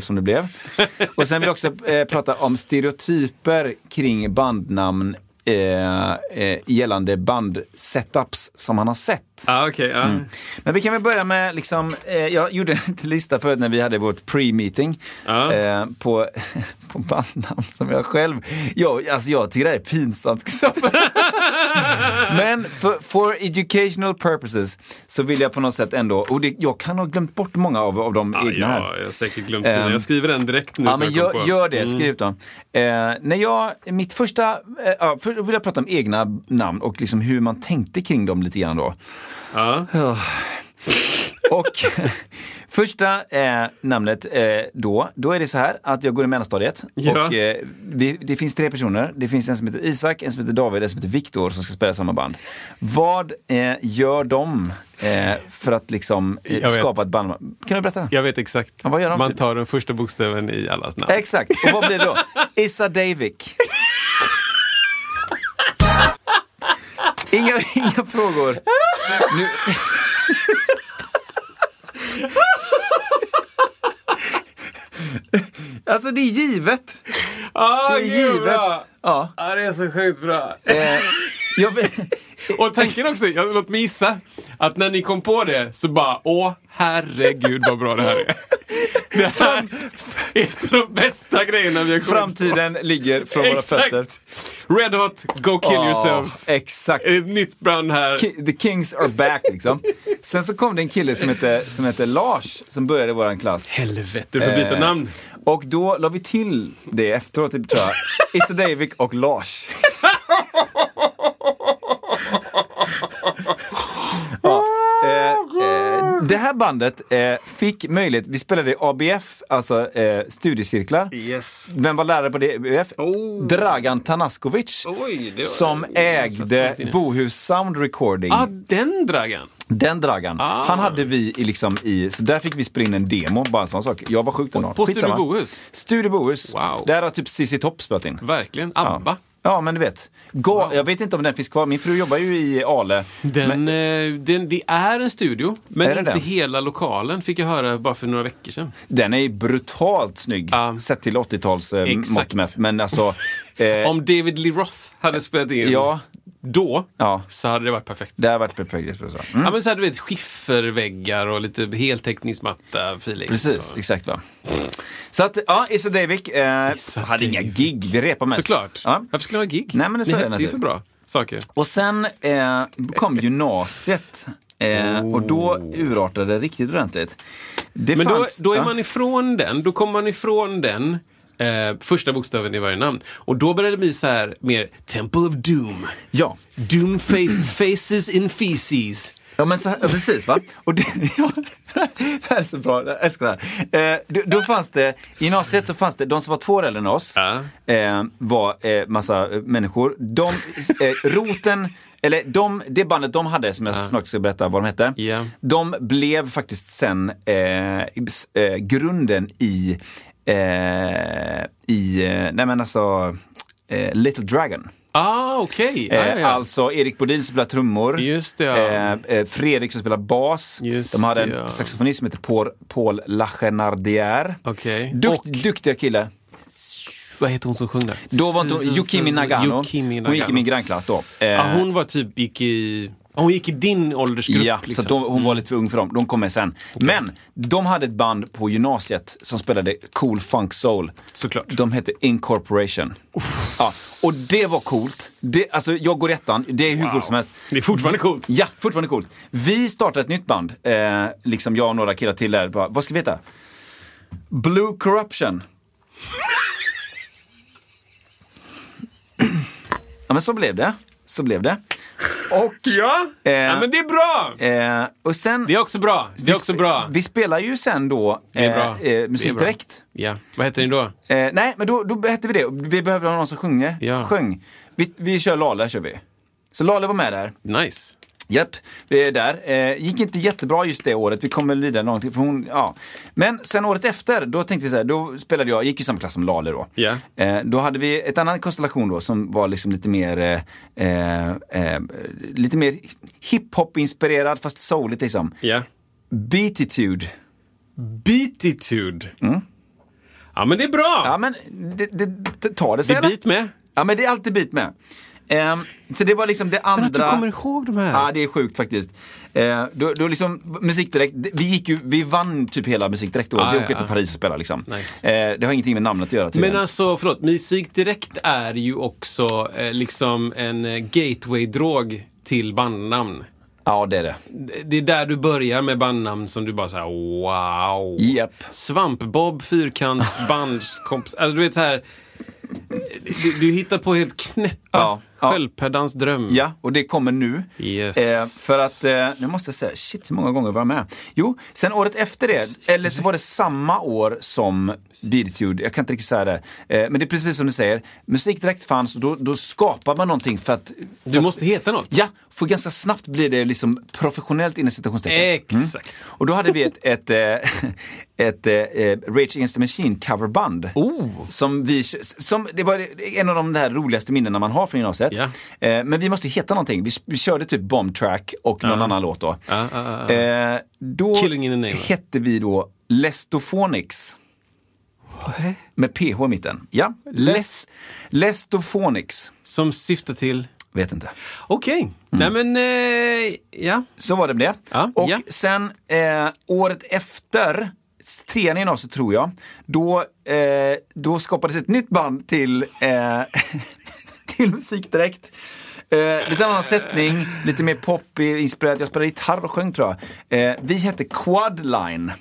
Speaker 2: som det blev. Och sen vill jag också eh, prata om stereotyper kring bandnamn eh, eh, gällande bandsetups som man har sett.
Speaker 1: Ah, okay, ja.
Speaker 2: Mm. Men vi kan väl börja med, liksom, eh, jag gjorde en <laughs> liten lista förut när vi hade vårt pre-meeting
Speaker 1: Ja.
Speaker 2: eh, på, <laughs> på bandnamn som jag själv, jag, alltså jag tycker det här är pinsamt. <laughs> Men för, for educational purposes så vill jag på något sätt ändå, och det, jag kan ha glömt bort många av, av de
Speaker 1: Ah, Ja,
Speaker 2: egna här.
Speaker 1: ja, jag har säkert glömt
Speaker 2: Ehm.
Speaker 1: den. Jag skriver den direkt nu.
Speaker 2: Ja,
Speaker 1: som
Speaker 2: men
Speaker 1: jag kom
Speaker 2: gör,
Speaker 1: på. Mm.
Speaker 2: gör det. Skriv ut dem. Eh, när jag, mitt första, eh, ja, först vill jag prata om egna namn och liksom hur man tänkte kring dem lite grann då.
Speaker 1: Ja.
Speaker 2: Ja. <sighs> Och <laughs> första eh, namnet eh, då, då är det så här att jag går i mellanstadiet.
Speaker 1: Ja.
Speaker 2: Och, eh, vi, det finns tre personer. Det finns en som heter Isak, en som heter David en som heter Viktor som ska spela i samma band. Vad eh, gör de eh, för att liksom eh,
Speaker 1: Jag vet.
Speaker 2: skapa ett band? Kan du berätta?
Speaker 1: Jag vet exakt.
Speaker 2: Ja, vad gör de
Speaker 1: Man
Speaker 2: typ?
Speaker 1: tar den första bokstäven i allas namn.
Speaker 2: Exakt, och vad blir det då? Issa Davik. Inga, inga frågor. Nu... Alltså det är givet.
Speaker 1: ah,
Speaker 2: Det är givet. Ja.
Speaker 1: Ah, det är så sjukt bra.
Speaker 2: Eh, jag, vet-
Speaker 1: Och tanken också, jag, låt mig gissa, att när ni kom på det så bara åh herregud vad bra det här
Speaker 2: <laughs>
Speaker 1: är. Det här är ett av de bästa grejerna vi har kommit
Speaker 2: framtiden ligger
Speaker 1: på.
Speaker 2: från våra
Speaker 1: Exakt.
Speaker 2: fötter.
Speaker 1: Red Hot, Go Kill
Speaker 2: Ja,
Speaker 1: Yourselves.
Speaker 2: Ah, Exakt.
Speaker 1: Ett nytt brand här.
Speaker 2: Ki- The Kings are back liksom. Sen så kom det en kille som hette, som hette Lars som började i våran klass.
Speaker 1: Helvete, du får byta
Speaker 2: Eh,
Speaker 1: namn.
Speaker 2: Och då la vi till det efteråt, typ, tror jag.
Speaker 1: <laughs>
Speaker 2: Issa Davik och Lars. ja, eh, eh, det här bandet eh, fick möjlighet, vi spelade i ABF, alltså eh, studiecirklar.
Speaker 1: Yes.
Speaker 2: Vem var lärare på det? ABF?
Speaker 1: Oh.
Speaker 2: Dragan Tanaskovic.
Speaker 1: Oj, det var-
Speaker 2: som ägde Bohus Sound Recording.
Speaker 1: Ah, den draggan.
Speaker 2: Den Dragan.
Speaker 1: Ah.
Speaker 2: Han hade vi i, liksom i, så där fick vi spela in en demo, bara en sån sak. Jag var sjukt enorm.
Speaker 1: på
Speaker 2: Skitsamma.
Speaker 1: Studio Bohus?
Speaker 2: Studio Bohus.
Speaker 1: Wow.
Speaker 2: Där har typ ZZ Topp spelat in.
Speaker 1: Verkligen.
Speaker 2: Ja.
Speaker 1: ABBA.
Speaker 2: ja, men du vet. Gå, Jag vet inte om den finns kvar, min fru jobbar ju i Ale.
Speaker 1: Den, eh, den, det är en studio, men
Speaker 2: Är det
Speaker 1: inte
Speaker 2: det?
Speaker 1: hela lokalen fick jag höra bara för några veckor sedan.
Speaker 2: Den är ju brutalt snygg,
Speaker 1: Ja.
Speaker 2: sett till 80-tals eh,
Speaker 1: Exakt.
Speaker 2: mått mätt. Men alltså, eh,
Speaker 1: Om David Lee Roth hade spelat in
Speaker 2: Ja.
Speaker 1: då,
Speaker 2: Ja.
Speaker 1: så hade det varit perfekt.
Speaker 2: det har varit perfekt. så. Mm.
Speaker 1: Ja, men så här, du vet, skifferväggar och lite heltäckningsmatta feeling.
Speaker 2: Precis,
Speaker 1: Och-
Speaker 2: exakt va. Så att, ja, Issa Davik eh,
Speaker 1: Issa
Speaker 2: hade inga
Speaker 1: Davik.
Speaker 2: gig, vi repade mest.
Speaker 1: Såklart.
Speaker 2: Ja.
Speaker 1: Varför skulle jag ha gig?
Speaker 2: Nej, men det är så
Speaker 1: Ni
Speaker 2: är det
Speaker 1: hette ju
Speaker 2: naturligt.
Speaker 1: för bra saker.
Speaker 2: Och sen eh,
Speaker 1: <laughs>
Speaker 2: kom gymnasiet. Eh, Och då urartade det riktigt ordentligt. Det
Speaker 1: Oh. Men då,
Speaker 2: fanns,
Speaker 1: då är
Speaker 2: ja.
Speaker 1: man ifrån den, då kommer man ifrån den eh, första bokstaven i varje namn. Och då börjar det bli så här mer Temple of Doom.
Speaker 2: Ja.
Speaker 1: Doom
Speaker 2: <clears throat>
Speaker 1: face, faces in feces.
Speaker 2: Ja men så här, ja, precis va? Och det, <laughs> ja, det här är så bra, jag älskar det här. Eh, då, då fanns det, i gymnasiet så fanns det, de som var två år äldre än oss eh, var eh, massa eh, människor. De, eh, roten, eller de, det bandet de hade som jag snart ska berätta vad de hette.
Speaker 1: Ja.
Speaker 2: De blev faktiskt sen eh, s- eh, grunden i, eh, i, eh, nej men alltså, eh, Little Dragon.
Speaker 1: Ah, okej. Ja, ja,
Speaker 2: Eh,
Speaker 1: ja.
Speaker 2: Alltså Erik Bodin som spelar trummor.
Speaker 1: Just det, ja.
Speaker 2: eh, eh, Fredrik som spelar bas.
Speaker 1: Just
Speaker 2: De hade en
Speaker 1: det, ja.
Speaker 2: saxofonist som heter Paul, Paul Lachenardière.
Speaker 1: Okej.
Speaker 2: Dukt,
Speaker 1: Och-
Speaker 2: Duktiga kille.
Speaker 1: Vad heter hon som sjöng där?
Speaker 2: Då var inte hon, Yukimi Nagano.
Speaker 1: Yukimi Nagano.
Speaker 2: Hon gick i min grannklass då. Eh,
Speaker 1: Ja, hon var typ, gick i... ja, Hon gick i din åldersgrupp.
Speaker 2: Ja, så
Speaker 1: liksom.
Speaker 2: att de, hon var lite för ung för dem. De kommer sen. Men de hade ett band på gymnasiet som spelade cool funk soul.
Speaker 1: Såklart.
Speaker 2: De hette Incorporation. Ja, och det var coolt. Det, alltså, jag går i ettan, det är hur coolt som helst.
Speaker 1: Det är fortfarande coolt.
Speaker 2: Ja, fortfarande coolt. Vi startade ett nytt band, eh, liksom jag och några killar till där. Bara, vad ska vi heta? Blue Corruption. ja, men så blev det. Så blev det. Och...
Speaker 1: Ja.
Speaker 2: Eh,
Speaker 1: ja, men det är bra!
Speaker 2: Eh, och sen...
Speaker 1: Det är också bra. Det är
Speaker 2: vi
Speaker 1: också
Speaker 2: sp-
Speaker 1: bra.
Speaker 2: Vi spelar ju sen då
Speaker 1: Det är bra.
Speaker 2: eh, eh,
Speaker 1: Det är
Speaker 2: musik
Speaker 1: bra.
Speaker 2: direkt.
Speaker 1: Ja. Vad heter ni då?
Speaker 2: Eh, nej, men då, då hette vi det. Vi behövde ha någon som sjunge,
Speaker 1: Ja.
Speaker 2: sjöng. Vi, vi kör Lale, kör vi. Så Lale var med där.
Speaker 1: Nice.
Speaker 2: Japp, vi är där. Eh, gick inte jättebra just det året, vi kom väl vidare långt. För hon, ja. Men sen året efter, då tänkte vi så här, då spelade jag, gick i samma klass som Lale då.
Speaker 1: Ja.
Speaker 2: Eh, då hade vi ett annan konstellation då som var liksom lite mer, eh, eh, eh, lite mer hiphop-inspirerad fast souligt liksom.
Speaker 1: Ja.
Speaker 2: Beatitude.
Speaker 1: Beatitude. Ja, men det är bra.
Speaker 2: Mm. Ja men, det, det, det tar det
Speaker 1: det
Speaker 2: sig
Speaker 1: är
Speaker 2: eller?
Speaker 1: beat med.
Speaker 2: Ja men det är alltid bit med. Ehm, så det var liksom det andra.
Speaker 1: Men att du kommer ihåg de här.
Speaker 2: Ja, det är sjukt faktiskt. Eh, då, då liksom, musikdirekt, vi, gick ju, vi vann typ hela musikdirekt då.
Speaker 1: Ah,
Speaker 2: vi
Speaker 1: ja,
Speaker 2: åker
Speaker 1: ja.
Speaker 2: till Paris och spelar liksom.
Speaker 1: Nice.
Speaker 2: Eh, det har ingenting med namnet att göra
Speaker 1: Men
Speaker 2: tydligen.
Speaker 1: alltså, förlåt, musik direkt är ju också eh, liksom en eh, gateway-drog till bandnamn.
Speaker 2: Ja, det är det.
Speaker 1: Det är där du börjar med bandnamn som du bara såhär wow.
Speaker 2: Japp. <laughs>
Speaker 1: Svampbob, fyrkantsbandskompis. Alltså du vet såhär. Du, du hittar på helt knäppa.
Speaker 2: Ja, ja.
Speaker 1: Sköldpaddans dröm.
Speaker 2: Ja, och det kommer nu.
Speaker 1: Yes.
Speaker 2: Eh, för att, eh, nu måste jag säga, shit hur många gånger var jag med? Jo, sen året efter det, eller så var det samma år som Beatitude, jag kan inte riktigt säga det. Eh, men det är precis som du säger, musik direkt fanns och då, då skapar man någonting för att... För
Speaker 1: Du
Speaker 2: att-
Speaker 1: måste heta något.
Speaker 2: Ja, för ganska snabbt blir det liksom professionellt inom citationstecken. Mm.
Speaker 1: Exakt.
Speaker 2: Och då hade vi ett, ett, eh, <laughs> ett, eh, Rage Against the Machine coverband.
Speaker 1: Oh.
Speaker 2: Som vi, som, det var en av de här roligaste minnena man har från gymnasiet.
Speaker 1: Ja.
Speaker 2: Eh, men vi måste hitta någonting. Vi, vi körde typ Bomb Track och någon annan låt då.
Speaker 1: Ja, ja,
Speaker 2: Eh, då
Speaker 1: Killing in the name.
Speaker 2: hette vi då Lestophonics. Med PH i mitten. Ja, Les,
Speaker 1: Les-
Speaker 2: Lestophonics.
Speaker 1: Som syftar till...
Speaker 2: Vet inte.
Speaker 1: Okej.
Speaker 2: Mm.
Speaker 1: Nej men, eh, ja.
Speaker 2: Så var det med det.
Speaker 1: Ja,
Speaker 2: och
Speaker 1: ja.
Speaker 2: sen eh, året efter, trean i gymnasiet tror jag, då, eh, då skapades ett nytt band till, eh, <laughs> till musikdirekt. Eh, lite annan sättning, lite mer pop inspirerat. Jag spelade gitarr och sjöng tror jag. Eh, vi hette Quadline.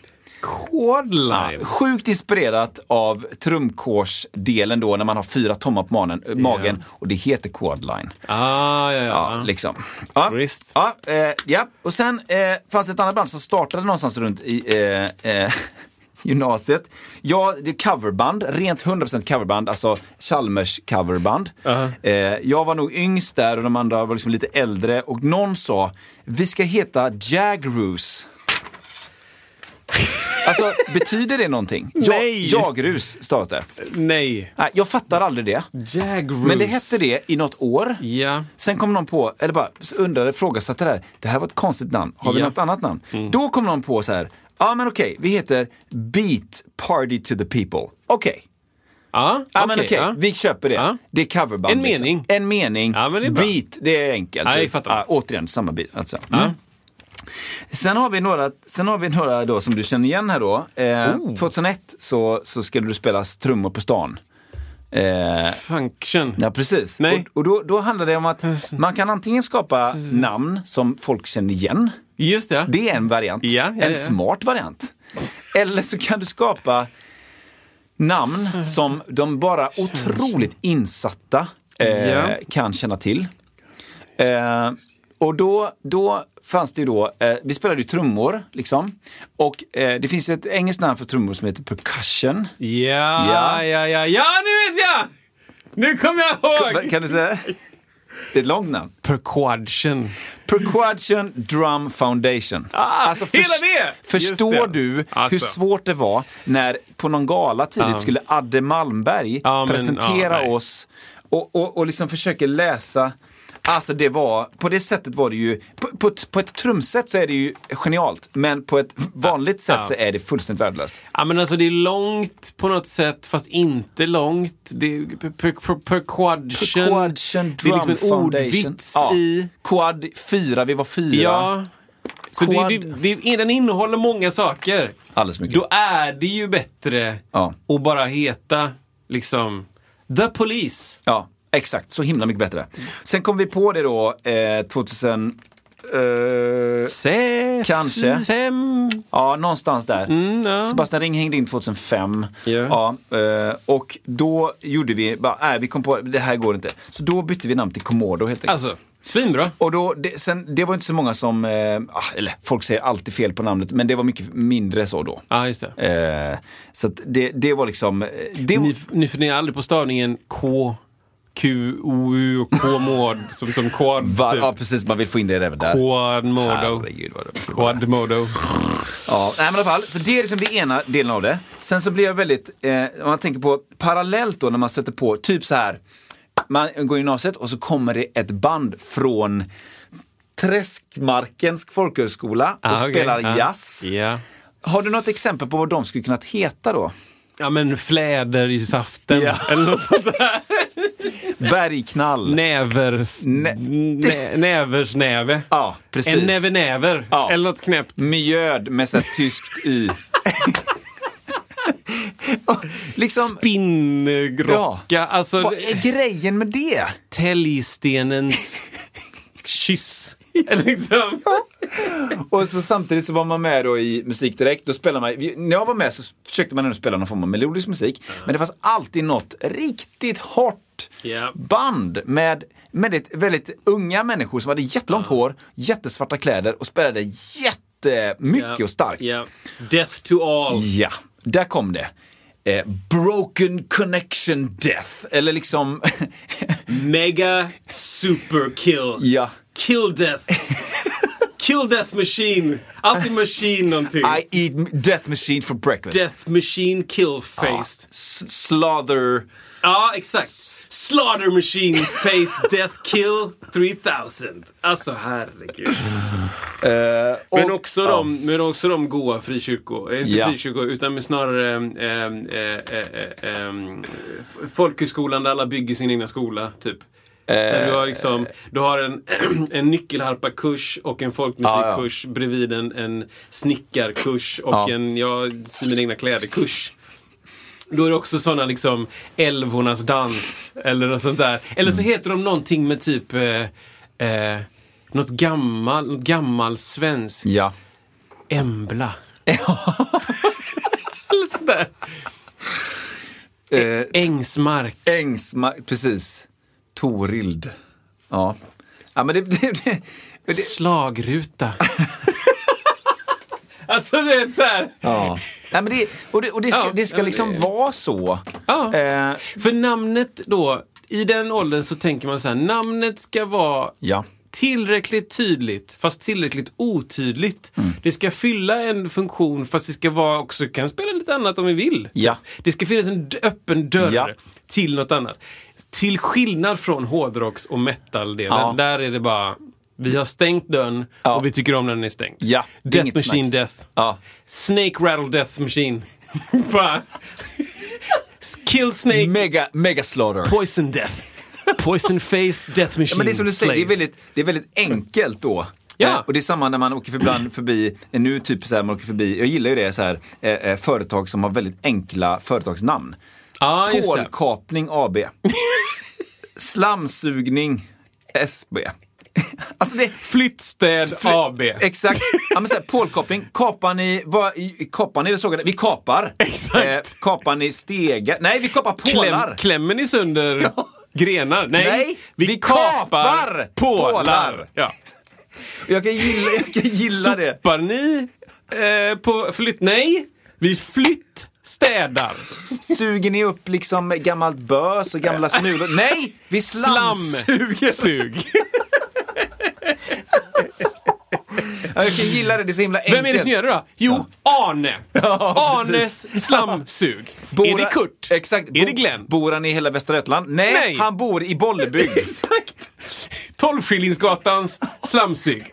Speaker 1: Quadline.
Speaker 2: Sjukt inspirerat av trumkorsdelen då när man har fyra tommar på manen, eh, magen och det heter Quadline.
Speaker 1: Ah, ja,
Speaker 2: Ja,
Speaker 1: ja.
Speaker 2: liksom. Ja,
Speaker 1: Visst.
Speaker 2: ja, eh, ja. och sen eh, fanns det ett annat band som startade någonstans runt i eh, eh, <laughs> gymnasiet. Ja, det är coverband, rent 100% coverband, alltså Chalmers coverband.
Speaker 1: Uh-huh.
Speaker 2: eh, jag var nog yngst där och de andra var liksom lite äldre och någon sa, vi ska heta Jagroos. <laughs> alltså, betyder det någonting? Ja-
Speaker 1: Nej.
Speaker 2: Jagrus stavas det.
Speaker 1: Nej.
Speaker 2: Nej, jag fattar aldrig det.
Speaker 1: Jagroos.
Speaker 2: Men det hette det i något år.
Speaker 1: Ja.
Speaker 2: Sen kom någon på, eller bara undrade, frågasatte det här. Det här var ett konstigt namn. Har vi
Speaker 1: Ja. Mm.
Speaker 2: något annat namn? Då kom någon på så här. Ja men okej, vi heter Beat Party to the People. Okej.
Speaker 1: Ja,
Speaker 2: Ja men okej,
Speaker 1: Ah, ja.
Speaker 2: vi köper det.
Speaker 1: Ja.
Speaker 2: Det är coverband.
Speaker 1: En
Speaker 2: liksom.
Speaker 1: mening.
Speaker 2: En mening.
Speaker 1: Ja, men det är bra.
Speaker 2: beat, det är enkelt.
Speaker 1: Ja, jag fattar.
Speaker 2: återigen, samma beat. Alltså. Mm. Sen har vi några, sen har vi några då, som du känner igen här då. Eh,
Speaker 1: Oh.
Speaker 2: 2001 så, så skulle du spela trummor på stan. Eh,
Speaker 1: Function.
Speaker 2: Ja, precis.
Speaker 1: Nej.
Speaker 2: Och, och då, då handlar det om att man kan antingen skapa namn som folk känner igen.
Speaker 1: Just det.
Speaker 2: Det är en variant.
Speaker 1: Ja, ja,
Speaker 2: en
Speaker 1: ja.
Speaker 2: smart variant. Eller så kan du skapa namn som de bara otroligt insatta eh,
Speaker 1: Ja.
Speaker 2: kan känna till. Eh, och då, då fanns det ju då, eh, vi spelade ju trummor liksom. Och eh, det finns ett engelskt namn för trummor som heter percussion.
Speaker 1: Ja,
Speaker 2: Ja.
Speaker 1: ja, ja, ja, ja, nu vet jag! Nu kommer jag ihåg!
Speaker 2: Kan du säga? Det är ett långt namn.
Speaker 1: Perquadchen.
Speaker 2: Percussion Drum Foundation.
Speaker 1: Ah,
Speaker 2: Alltså,
Speaker 1: hela det!
Speaker 2: Förstår
Speaker 1: Just det.
Speaker 2: du
Speaker 1: Alltså.
Speaker 2: hur svårt det var när på någon gala tidigt skulle Adde Malmberg
Speaker 1: Ja, men,
Speaker 2: presentera
Speaker 1: ja, nej.
Speaker 2: oss och, och, och liksom försöka läsa Alltså det var, på det sättet var det ju, på, på, ett- på ett trumset så är det ju genialt, men på ett vanligt sätt
Speaker 1: ja.
Speaker 2: så är det fullständigt värdelöst.
Speaker 1: Ja, men alltså det är långt på något sätt, fast inte långt. Det är per, per, per, perquadchen.
Speaker 2: Quadchen
Speaker 1: Det är liksom
Speaker 2: Drum
Speaker 1: en
Speaker 2: Foundation.
Speaker 1: ordvits
Speaker 2: Ja.
Speaker 1: i...
Speaker 2: Quad 4, vi var fyra.
Speaker 1: Ja. Så det,
Speaker 2: Quad-
Speaker 1: det, det, den innehåller många saker.
Speaker 2: Alldeles mycket.
Speaker 1: Då är det ju bättre
Speaker 2: Ja.
Speaker 1: att bara heta liksom The Police.
Speaker 2: Ja, exakt. Så himla mycket bättre. Sen kom vi på det då eh, 2000... Eh,
Speaker 1: Se,
Speaker 2: Kanske.
Speaker 1: Fem.
Speaker 2: ja, någonstans där. Sebastian Ring hängde in 2005.
Speaker 1: Mm, Ja.
Speaker 2: Ja, eh, och då gjorde vi, bara, nej vi kom på det här går inte. Så då bytte vi namn till Komodo helt enkelt.
Speaker 1: Alltså, svinbra.
Speaker 2: Och då, det, sen, det var inte så många som, eh, ah, eller folk säger alltid fel på namnet, men det var mycket mindre så då.
Speaker 1: Ja, just det.
Speaker 2: Eh, så att det, det var liksom, eh, det,
Speaker 1: Ni, ni funderar aldrig på stavningen K, Q, O, U och
Speaker 2: <laughs>
Speaker 1: K-mod som, som quad.
Speaker 2: var, ja
Speaker 1: typ.
Speaker 2: precis man vill få in det även där.
Speaker 1: Quadmodo.
Speaker 2: Herregud vad det
Speaker 1: Quadmodo.
Speaker 2: Ja, nej, men i alla fall. Så det är liksom det ena delen av det. Sen så blir jag väldigt, eh, om man tänker på parallellt då när man stöter på, typ så här. Man går i gymnasiet och så kommer det ett band från Träskmarkens folkhögskola och
Speaker 1: Ah, okej.
Speaker 2: spelar
Speaker 1: Ja.
Speaker 2: jazz.
Speaker 1: Ja.
Speaker 2: Har du något exempel på vad de skulle kunnat heta då?
Speaker 1: Ja men fläder i saften
Speaker 2: Ja.
Speaker 1: eller något sånt
Speaker 2: <laughs>
Speaker 1: där.
Speaker 2: Bergknall.
Speaker 1: Nävers...
Speaker 2: Nä-
Speaker 1: Nä, näversnäve.
Speaker 2: Ja, precis.
Speaker 1: En näve-näver.
Speaker 2: Ja.
Speaker 1: Eller något knäppt.
Speaker 2: Mjöd med så här
Speaker 1: <laughs>
Speaker 2: tyskt i. liksom,
Speaker 1: Spinnrocka.
Speaker 2: Ja.
Speaker 1: Alltså,
Speaker 2: vad är grejen med det?
Speaker 1: täljstenens
Speaker 2: <laughs>
Speaker 1: kyss. Eller liksom.
Speaker 2: Och så samtidigt så var man med då i Musik Direkt. Då spelade man, vi- när jag var med så försökte man ändå spela någon form av melodisk musik. Men det fanns alltid något riktigt hårt kort
Speaker 1: Ja.
Speaker 2: band med, med ett väldigt unga människor som hade jättelångt hår, jättesvarta kläder och spelade jättemycket och starkt.
Speaker 1: Ja. Death to all.
Speaker 2: Ja, där kom det. Eh, broken connection death, eller liksom... <laughs>
Speaker 1: Mega super kill.
Speaker 2: ja.
Speaker 1: Kill death. kill death machine. Alltid machine någonting.
Speaker 2: I eat m- death machine for breakfast.
Speaker 1: Death machine kill faced.
Speaker 2: S- Slaughter.
Speaker 1: Ja, exakt. Slaughter machine face death kill 3000. Alltså herregud.
Speaker 2: eh,
Speaker 1: men, också de, men också de goa frikyrko, eh, inte
Speaker 2: Ja.
Speaker 1: frikyrko utan men snarare ehm, eh, eh, eh, ehm, f- folkhögskolan där alla bygger sin egna skola, typ. Där du
Speaker 2: Eh,
Speaker 1: har, liksom, du har en, <clears throat> en nyckelharpakurs och en folkmusikkurs bredvid en, en snickarkurs och
Speaker 2: Ja.
Speaker 1: en jag syr mina egna kläder-kurs. Då är det också sådana liksom Älvornas dans eller något sånt där. Eller
Speaker 2: Mm.
Speaker 1: så heter de någonting med typ eh, eh, något gammal, något gammal svensk
Speaker 2: Ja.
Speaker 1: <laughs> Embla. eller sånt där.
Speaker 2: Eh,
Speaker 1: Ängsmark.
Speaker 2: Ängsmark, precis. Torild. Ja. Ja men det... <laughs> det, det, det
Speaker 1: Slagruta. <laughs> alltså du vet såhär.
Speaker 2: ja. Nej, men det, och det, och det ska,
Speaker 1: Ja,
Speaker 2: det ska
Speaker 1: ja, men
Speaker 2: liksom
Speaker 1: det-
Speaker 2: vara så.
Speaker 1: Ja.
Speaker 2: Eh,
Speaker 1: För namnet då, i den åldern så tänker man så här, namnet ska vara
Speaker 2: ja.
Speaker 1: tillräckligt tydligt, fast tillräckligt otydligt.
Speaker 2: Mm.
Speaker 1: Det ska fylla en funktion, fast det ska vara också, kan spela lite annat om vi vill.
Speaker 2: Ja.
Speaker 1: Det ska finnas en d- öppen dörr
Speaker 2: Ja.
Speaker 1: till något annat. Till skillnad från hårdrocks och metal-delen,
Speaker 2: Ja.
Speaker 1: där är det bara vi har stängt dörren
Speaker 2: Ja.
Speaker 1: och vi tycker om när den är stängd.
Speaker 2: Ja, det är
Speaker 1: Death
Speaker 2: inget
Speaker 1: Machine
Speaker 2: snack.
Speaker 1: Death.
Speaker 2: Ja.
Speaker 1: Snake Rattle Death Machine. <laughs>
Speaker 2: <laughs>
Speaker 1: bara. Kill Snake,
Speaker 2: Mega, mega slaughter.
Speaker 1: Poison Death. Poison Face Death Machine.
Speaker 2: Ja, men det är som du säger, det är
Speaker 1: slays.
Speaker 2: väldigt, det är väldigt enkelt då.
Speaker 1: Ja.
Speaker 2: Eh, Och det är samma när man åker för ibland förbi, eh, nu typ så här, man åker förbi, jag gillar ju det så här, eh, eh, företag som har väldigt enkla företagsnamn.
Speaker 1: Ja, just det.
Speaker 2: Kolkapning AB.
Speaker 1: <laughs>
Speaker 2: Slamsugning SB. <laughs> Alltså det,
Speaker 1: Flyttstäd
Speaker 2: Fly-
Speaker 1: AB.
Speaker 2: Exakt. Ja, men så här, pålkoppling. Kapar ni, vad, i- kapar ni det sågade? Vi kapar. Eh,
Speaker 1: Exakt.
Speaker 2: kapar ni stegar? Nej, vi kapar pålar.
Speaker 1: Kläm, klämmer ni sönder grenar? Nej,
Speaker 2: Nej,
Speaker 1: vi,
Speaker 2: vi
Speaker 1: kapar,
Speaker 2: kapar
Speaker 1: pålar.
Speaker 2: pålar.
Speaker 1: Ja.
Speaker 2: Jag kan gilla, jag kan gilla det.
Speaker 1: Sopar ni eh, på flytt? Nej, vi flytt städar.
Speaker 2: Suger ni upp liksom gammalt bös och gamla smulor? Nej! Vi slamsuger! <laughs>
Speaker 1: Sug.
Speaker 2: Ja, jag kan gilla det, det är så himla enkelt.
Speaker 1: Vem är det som gör det då? Jo, Arne. Arnes slamsug. Är det Kurt?
Speaker 2: Exakt.
Speaker 1: Är det Glenn?
Speaker 2: Bor han i hela Västra Götaland? Nej,
Speaker 1: Nej.
Speaker 2: han bor i Bollebygd.
Speaker 1: <laughs> Exakt. Tolvskillingsgatans slamsug.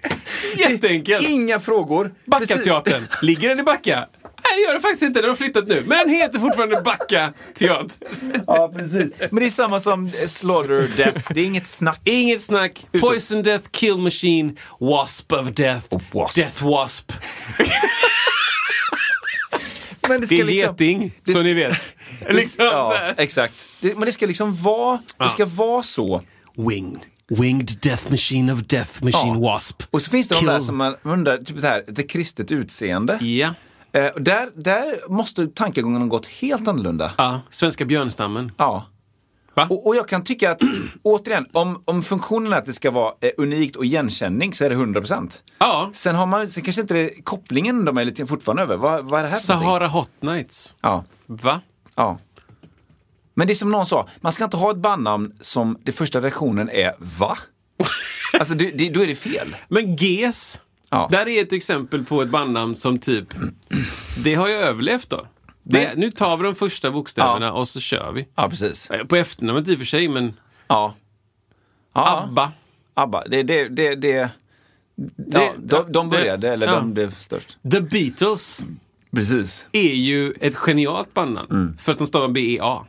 Speaker 1: Jätteenkelt.
Speaker 2: Inga frågor. Precis.
Speaker 1: Backateatern. Ligger den i Backa? Nej, det gör den faktiskt inte. Den har flyttat nu. Men den heter fortfarande Backa teater.
Speaker 2: Ja, precis. Men det är samma som eh, Slaughter Death. Det är inget snack.
Speaker 1: Inget snack. Poison Death, Kill Machine, Wasp of Death.
Speaker 2: Och wasp.
Speaker 1: Death Wasp.
Speaker 2: Men
Speaker 1: Det är
Speaker 2: liksom-
Speaker 1: geting,
Speaker 2: det
Speaker 1: så
Speaker 2: ska-
Speaker 1: ni vet. <laughs> liksom så
Speaker 2: Ja,
Speaker 1: här.
Speaker 2: exakt. Det, men det ska liksom vara, det ska vara så.
Speaker 1: Winged. Winged Death Machine of Death Machine
Speaker 2: Ja.
Speaker 1: Wasp.
Speaker 2: Och så finns det de
Speaker 1: Kill.
Speaker 2: där som man undrar, typ det här, det kristet utseende.
Speaker 1: Ja.
Speaker 2: Eh, och där, där måste tankegången ha gått helt annorlunda.
Speaker 1: Ja, Svenska björnstammen.
Speaker 2: Ja.
Speaker 1: Va?
Speaker 2: Och, och jag kan tycka att, <clears throat> återigen, om, om funktionen är att det ska vara eh, unikt och igenkänning så är det 100%.
Speaker 1: Ja.
Speaker 2: Sen har man, sen kanske inte det, kopplingen de är lite fortfarande över. Vad, vad är det här för någonting?
Speaker 1: Sahara Hot Nights.
Speaker 2: Ja,
Speaker 1: Va?
Speaker 2: ja. Men det är som någon sa, man ska inte ha ett bandnamn som det första reaktionen är <laughs> va? Alltså det, det, då är det fel.
Speaker 1: Men GES.
Speaker 2: Ja.
Speaker 1: Där är ett exempel på ett bandnamn som typ, det har ju överlevt då. Det,
Speaker 2: Men-
Speaker 1: nu tar vi de första bokstäverna och så kör vi.
Speaker 2: Ja, precis.
Speaker 1: Eh, På efternamnet i och för sig, men
Speaker 2: Ja. ja.
Speaker 1: ABBA.
Speaker 2: ABBA, det, det, det, det, ja, de, de började, eller
Speaker 1: ja.
Speaker 2: de blev störst.
Speaker 1: The Beatles
Speaker 2: Precis.
Speaker 1: är ju ett genialt bandnamn.
Speaker 2: Mm.
Speaker 1: För att de stavar BEA.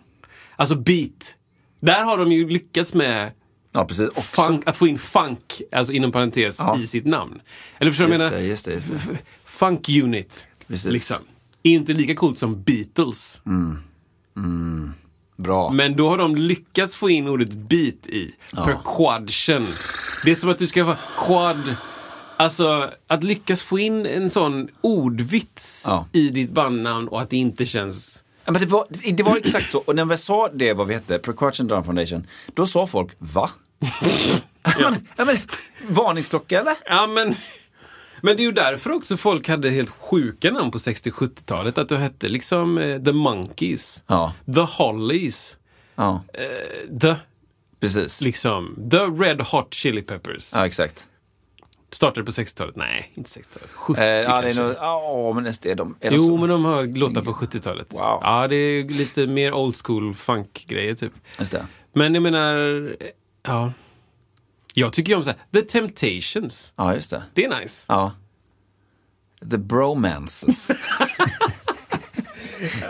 Speaker 1: Alltså beat. Där har de ju lyckats med
Speaker 2: Ja, precis. Och
Speaker 1: funk, att få in funk, alltså inom parentes,
Speaker 2: Ja.
Speaker 1: i sitt namn. Eller förstår du vad jag
Speaker 2: Just
Speaker 1: menar?
Speaker 2: det, just det, just det.
Speaker 1: Funk Unit.
Speaker 2: Precis.
Speaker 1: Liksom. Är ju inte lika coolt som Beatles.
Speaker 2: Bra.
Speaker 1: Men då har de lyckats få in ordet beat i. Perquadchen. Det är som att du ska vara quad. Alltså, att lyckas få in en sån ordvits
Speaker 2: Ja.
Speaker 1: i ditt bandnamn och att det inte känns
Speaker 2: Ja, men det, var, det var exakt så. Och när vi sa det, vad vi hette, Precaution Down Foundation, då sa folk va? <laughs> ja. men, varningsklocka eller?
Speaker 1: Ja, men, men det är ju därför också folk hade helt sjuka namn på 60-70-talet. Att du hette liksom eh, The Monkeys,
Speaker 2: Ja.
Speaker 1: The Hollies,
Speaker 2: Ja,
Speaker 1: eh, The,
Speaker 2: precis.
Speaker 1: liksom, The Red Hot Chili Peppers.
Speaker 2: Ja, exakt.
Speaker 1: Startade på 60-talet? Nej, inte 60-talet. 70
Speaker 2: Eh, ja, det är
Speaker 1: kanske.
Speaker 2: nog, ja, men nästan är de, är de
Speaker 1: Jo,
Speaker 2: så?
Speaker 1: men de har låtar på 70-talet.
Speaker 2: Wow.
Speaker 1: Ja, det är lite mer old school funk-grejer typ.
Speaker 2: Just det.
Speaker 1: Men jag menar, ja. Jag tycker ju om så här, The Temptations.
Speaker 2: Ja, just det.
Speaker 1: Det är nice.
Speaker 2: Ja. The bromances.